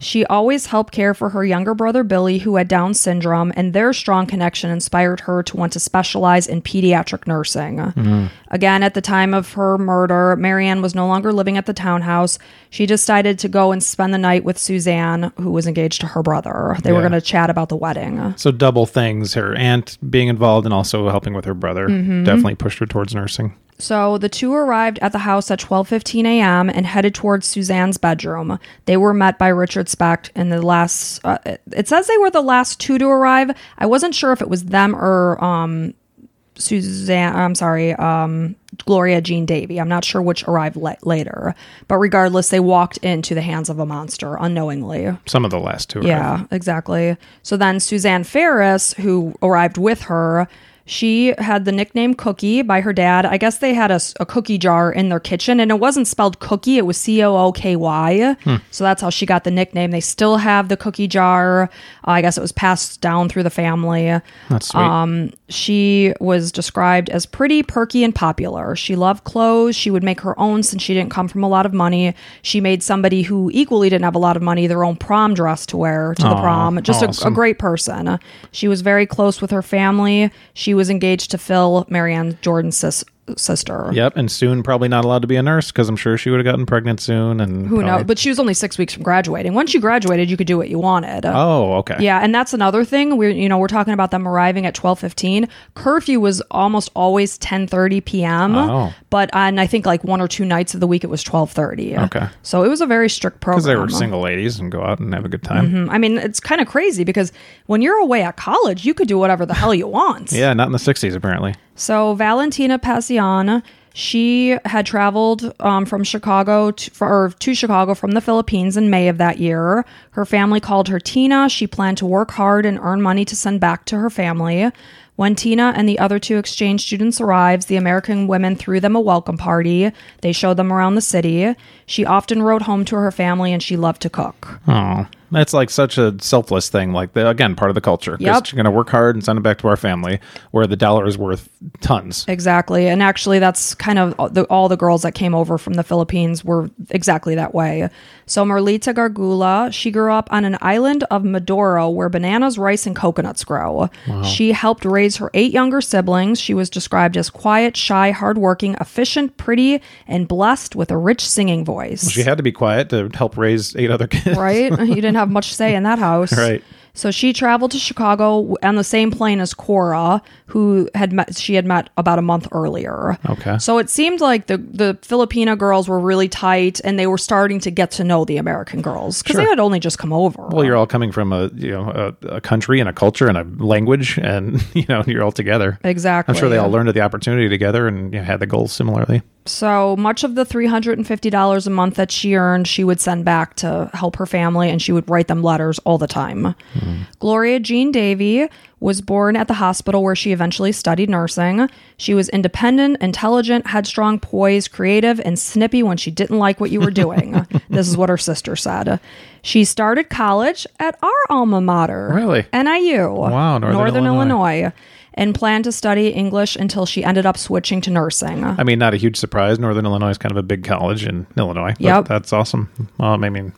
she always helped care for her younger brother Billy, who had Down syndrome, and their strong connection inspired her to want to specialize in pediatric nursing. Again, at the time of her murder, Marianne was no longer living at the townhouse. She decided to go and spend the night with Suzanne, who was engaged to her brother. They were
Yeah.
going to chat about the wedding.
So double things: her aunt being involved and also helping with her brother
Mm-hmm.
definitely pushed her towards nursing.
So the two arrived at the house at 12:15 a.m. and headed towards Suzanne's bedroom. They were met by Richard Specht and the last uh, it- it says they were the last two to arrive. I wasn't sure if it was them or um Suzanne, I'm sorry, um, Gloria Jean Davy. I'm not sure which arrived la- later, but regardless, they walked into the hands of a monster unknowingly.
Some of the last two.
Yeah, exactly. So then Suzanne Ferris, who arrived with her, she had the nickname Cookie by her dad. I guess they had a, s- a cookie jar in their kitchen, and it wasn't spelled cookie, it was C O O K Y. So that's how she got the nickname. They still have the cookie jar. Uh, I guess it was passed down through the family.
That's sweet.
She was described as pretty, perky, and popular. She loved clothes. She would make her own since she didn't come from a lot of money. She made somebody who equally didn't have a lot of money their own prom dress to wear to the prom. Just a, a
awesome.
great person. She was very close with her family. She was engaged to Phil, Marianne Jordan's sis- sister.
yep. And soon probably not allowed to be a nurse because I'm sure she would have gotten pregnant soon. And
Who knows?
probably-
But she was only six weeks from graduating. Once you graduated, you could do what you wanted.
oh, okay.
[LAUGHS] Yeah, and that's another thing. We're you know we're talking about them arriving at twelve fifteen. Curfew was almost always ten thirty p.m.
Oh.
But on I think like one or two nights of the week it was twelve thirty.
Okay.
So it was a very strict program. Mm-hmm.
Because they were single ladies and go out and have a good time.
I mean, it's kind of crazy because when you're away at college, you could do whatever the hell you
[LAUGHS]
want.
Yeah, not in the 60s, apparently.
So Valentina Passiana, she had traveled um, from Chicago to, or to Chicago from the Philippines in May of that year. Her family called her Tina. She planned to work hard and earn money to send back to her family. When Tina and the other two exchange students arrived, the American women threw them a welcome party. They showed them around the city. She often rode home to her family, and she loved to cook.
Oh, that's like such a selfless thing. Like, the, again, part of the culture. 'Cause
Yep.
She's going to work hard and send it back to our family where the dollar is worth tons.
Exactly. And actually, that's kind of the, all the girls that came over from the Philippines were exactly that way. So, Merlita Gargula, she grew up on an island of Maduro where bananas, rice, and coconuts grow. She helped raise her eight younger siblings. She was described as quiet, shy, hardworking, efficient, pretty, and blessed with a rich singing voice.
She had to be quiet to help raise eight other kids.
right? you didn't have much say in that house.
Right.
So she traveled to Chicago on the same plane as Cora, who had met she had met about a month earlier.
Okay.
So it seemed like the the Filipina girls were really tight, and they were starting to get to know the American girls because they
Sure.
had only just come over.
[LAUGHS] Well, you're all coming from a you know a, a country and a culture and a language, and [LAUGHS] you know you're all together.
exactly.
I'm sure they all learned of the opportunity together and you know, had the goals similarly.
So much of the $350 a month that she earned, she would send back
Hmm.
to help her family and she would write them letters all the time. Gloria Jean Davy was born at the hospital where she eventually studied nursing. She was independent, intelligent, headstrong, poised, creative, and snippy when she didn't like what you were
[LAUGHS]
doing. this is what her sister said. She started college at our alma mater.
Really?
NIU.
Wow, Northern Illinois.
Illinois. And planned to study English until she ended up switching to nursing.
I mean, not a huge surprise. Northern Illinois is kind of a big college in Illinois. but
Yep.
That's awesome. Um, I mean,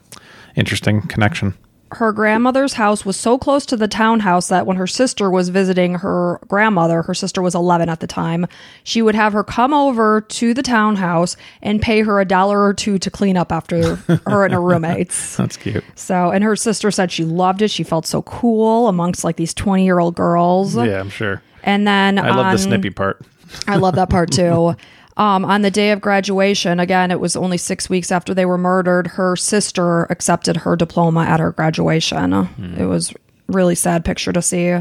interesting connection.
her grandmother's house was so close to the townhouse that when her sister was visiting her grandmother, her sister was 11 at the time, she would have her come over to the townhouse and pay her a dollar or two to clean up
[LAUGHS]
after her and her roommates.
That's cute.
So, and her sister said she loved it. She felt so cool amongst like these 20 year old girls.
Yeah, I'm sure.
And then
I love
on-
the snippy part.
I love that part too. Um, on the day of graduation, again, it was only six weeks after they were murdered, her sister accepted her diploma at her graduation. It was really sad picture to see.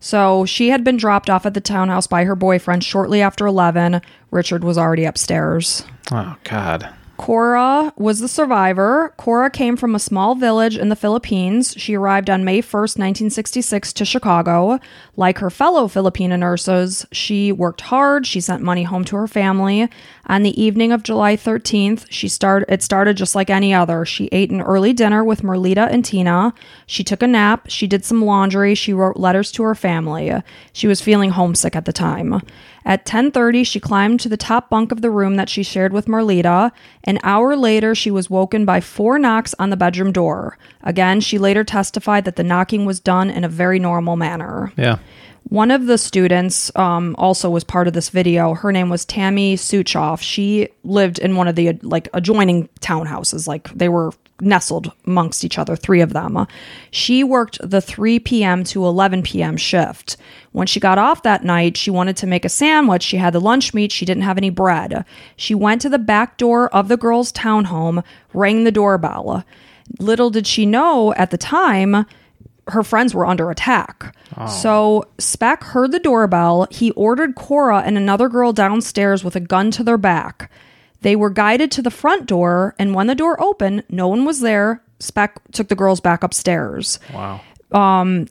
So she had been dropped off at the townhouse by her boyfriend shortly after 11. Richard was already upstairs.
Oh God.
Cora was the survivor. Cora came from a small village in the Philippines. She arrived on May 1st, 1966, to Chicago. Like her fellow Filipina nurses, she worked hard. She sent money home to her family. On the evening of July 13th, she started. It started just like any other. She ate an early dinner with Merlita and Tina. She took a nap. She did some laundry. She wrote letters to her family. She was feeling homesick at the time. At 10:30, she climbed to the top bunk of the room that she shared with Marlita. An hour later, she was woken by four knocks on the bedroom door. Again, she later testified that the knocking was done in a very normal manner.
Yeah.
One of the students um, also was part of this video. Her name was Tammy Suchoff. She lived in one of the like adjoining townhouses. Like they were nestled amongst each other, three of them. She worked the 3 p.m. to 11 p.m. shift. When she got off that night, she wanted to make a sandwich. She had the lunch meat. She didn't have any bread. She went to the back door of the girl's townhome, rang the doorbell. Little did she know at the time her friends were under attack.
Oh.
So Speck heard the doorbell. He ordered Cora and another girl downstairs with a gun to their back. They were guided to the front door, and when the door opened, no one was there. Speck took the girls back upstairs.
Wow.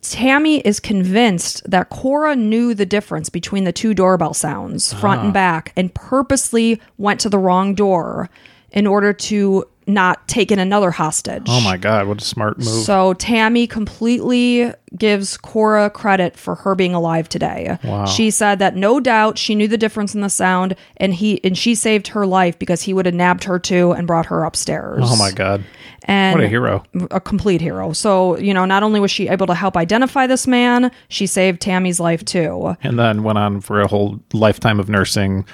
Tammy is convinced that Cora knew the difference between the two doorbell sounds, front
Ah.
and back, and purposely went to the wrong door in order to not take in another hostage.
Oh my God. What a smart move.
So Tammy completely gives Cora credit for her being alive today.
Wow.
She said that no doubt she knew the difference in the sound and he and she saved her life because he would have nabbed her too and brought her upstairs.
oh my God.
And
What a hero.
a complete hero. So, you know, not only was she able to help identify this man, she saved Tammy's life too.
And then went on for a whole lifetime of nursing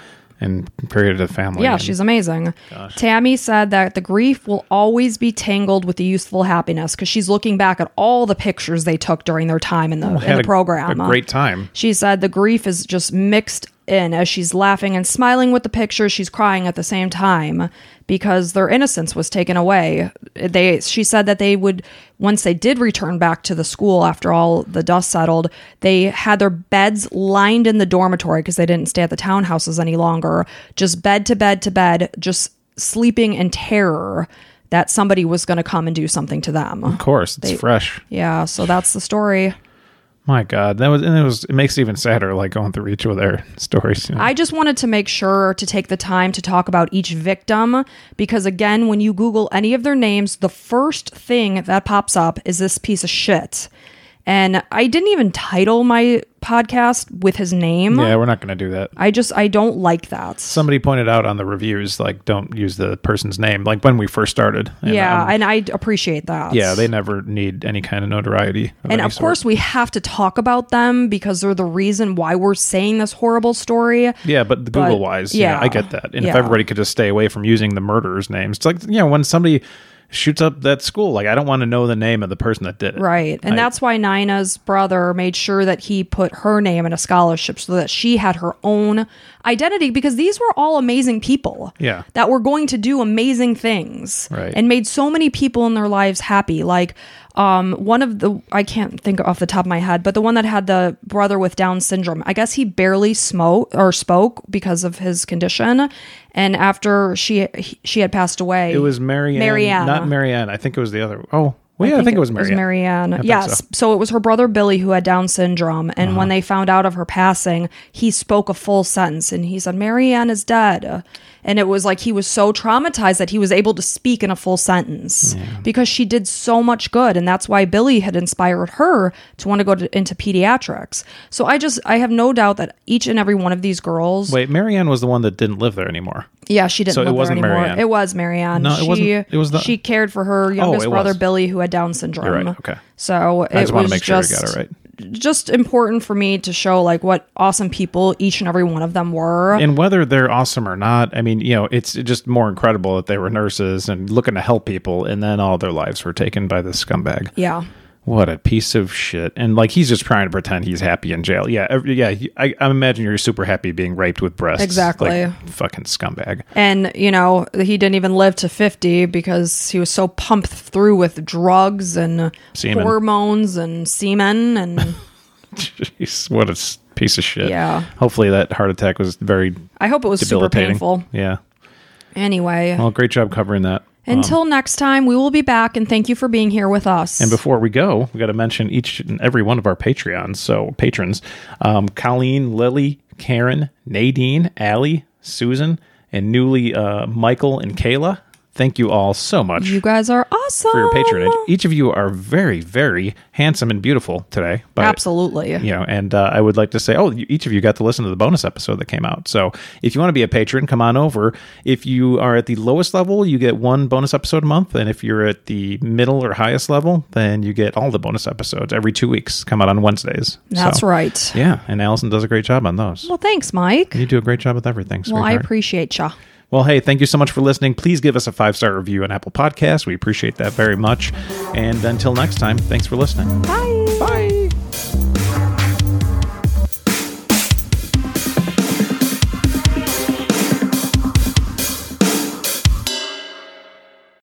and created a family.
Yeah,
and-
she's amazing. Tammy said that the grief will always be tangled with the youthful happiness because she's looking back at all the pictures they took during their time in the, in
had
the
a-
program.
A great time.
She said the grief is just mixed in as she's laughing and smiling with the picture, she's crying at the same time because their innocence was taken away. They she said that they would once they did return back to the school after all the dust settled, they had their beds lined in the dormitory because they didn't stay at the townhouses any longer, just bed to bed to bed, just sleeping in terror that somebody was going to come and do something to them.
Of course, it's fresh.
Yeah, so that's the story.
My God, that was and it was it makes it even sadder. Like going through each of their [LAUGHS] stories. you know.
I just wanted to make sure to take the time to talk about each victim because, again, when you Google any of their names, the first thing that pops up is this piece of shit. And I didn't even title my podcast with his name.
yeah, we're not going to do that.
I just, I don't like that.
Somebody pointed out on the reviews, like don't use the person's name, like when we first started. And,
yeah,
um,
and I appreciate that.
yeah, they never need any kind of notoriety.
And of course, we have to talk about them because they're the reason why we're saying this horrible story.
yeah, but the Google wise, yeah,
yeah,
I get that. And if
yeah.
everybody could just stay away from using the murderers' names, it's like you know when somebody shoots up that school, like I don't want to know the name of the person that did it.
Right. And
I-
that's why Nina's brother made sure that he put her name in a scholarship so that she had her own identity because these were all amazing people.
Yeah.
That were going to do amazing things.
Right.
And made so many people in their lives happy. Like um one of the I can't think off the top of my head, but the one that had the brother with Down syndrome. I guess he barely smoked or spoke because of his condition. And after she he- she had passed away.
It was Marianne,
Marianne.
not Marianne. I think it was the other. Oh, Well, yeah, I think, it was
It was
Marianne.
Marianne.
think
Yes.
so. Uh-huh.
So. it was her brother Billy who had Down syndrome. And when they found out of her passing, he spoke a full sentence and he said, Marianne is dead. And it was like he was so traumatized that he was able to speak in a full sentence because she did so much good. And that's why Billy had inspired her to want to go to, into pediatrics. So I just, I have no doubt that each and every one of these girls,
Wait, Marianne was the one that didn't live there anymore.
yeah, she didn't
So it
live there
wasn't
anymore.
Marianne.
It was Marianne.
No, it
she,
wasn't- it was the- Oh,
she cared for her youngest
it
brother,
was.
Billy, who had Down syndrome.
You're right. Okay.
So it
I just want
was
to make sure I
just,
got it right.
just important for me to show like what awesome people each and every one of them [LAUGHS] were.
And whether they're awesome or not, I mean, you know, it's just more incredible that they were nurses and looking to help people, and then all their lives were taken by this scumbag.
yeah.
What a piece of shit! And like, he's just trying to pretend he's happy in jail. Yeah, every, yeah. he- I, I imagine you're super happy being raped with breasts.
Exactly.
Like, fucking scumbag. [LAUGHS]
And, you know, he didn't even live to 50 because he was so pumped through with drugs and
Semen.
hormones and semen.
[LAUGHS]
And
Jeez, what a s- piece of shit.
Yeah.
Hopefully that heart attack was very
I hope it was super
debilitating.
painful.
Yeah.
Anyway,
Well, um, great job covering that.
until next time, we will be back and thank you for being here with us.
And before we go, we got to mention each and every one of our Patreons. So patrons, um, Colleen, Lily, Karen, Nadine, Allie, Susan, and newly uh, Michael and Kayla. Thank you all so much
you guys are awesome.
for your patronage. Each of you are very, very handsome and beautiful today. But
Absolutely.
you know and uh, i would like to say oh you, each of you got to listen to the bonus episode that came out so if you want to be a patron come on over if you are at the lowest level you get one bonus episode a month and if you're at the middle or highest level then you get all the bonus episodes every two weeks come out on wednesdays
That's
So,
right.
yeah and allison does a great job on those
Well, thanks, Mike.
you do a great job with everything
Well, I
sweetheart.
appreciate ya.
Well, hey, thank you so much for listening. Please give us a five star review on Apple Podcasts. We appreciate that very much. And until next time, thanks for listening.
Bye. Bye.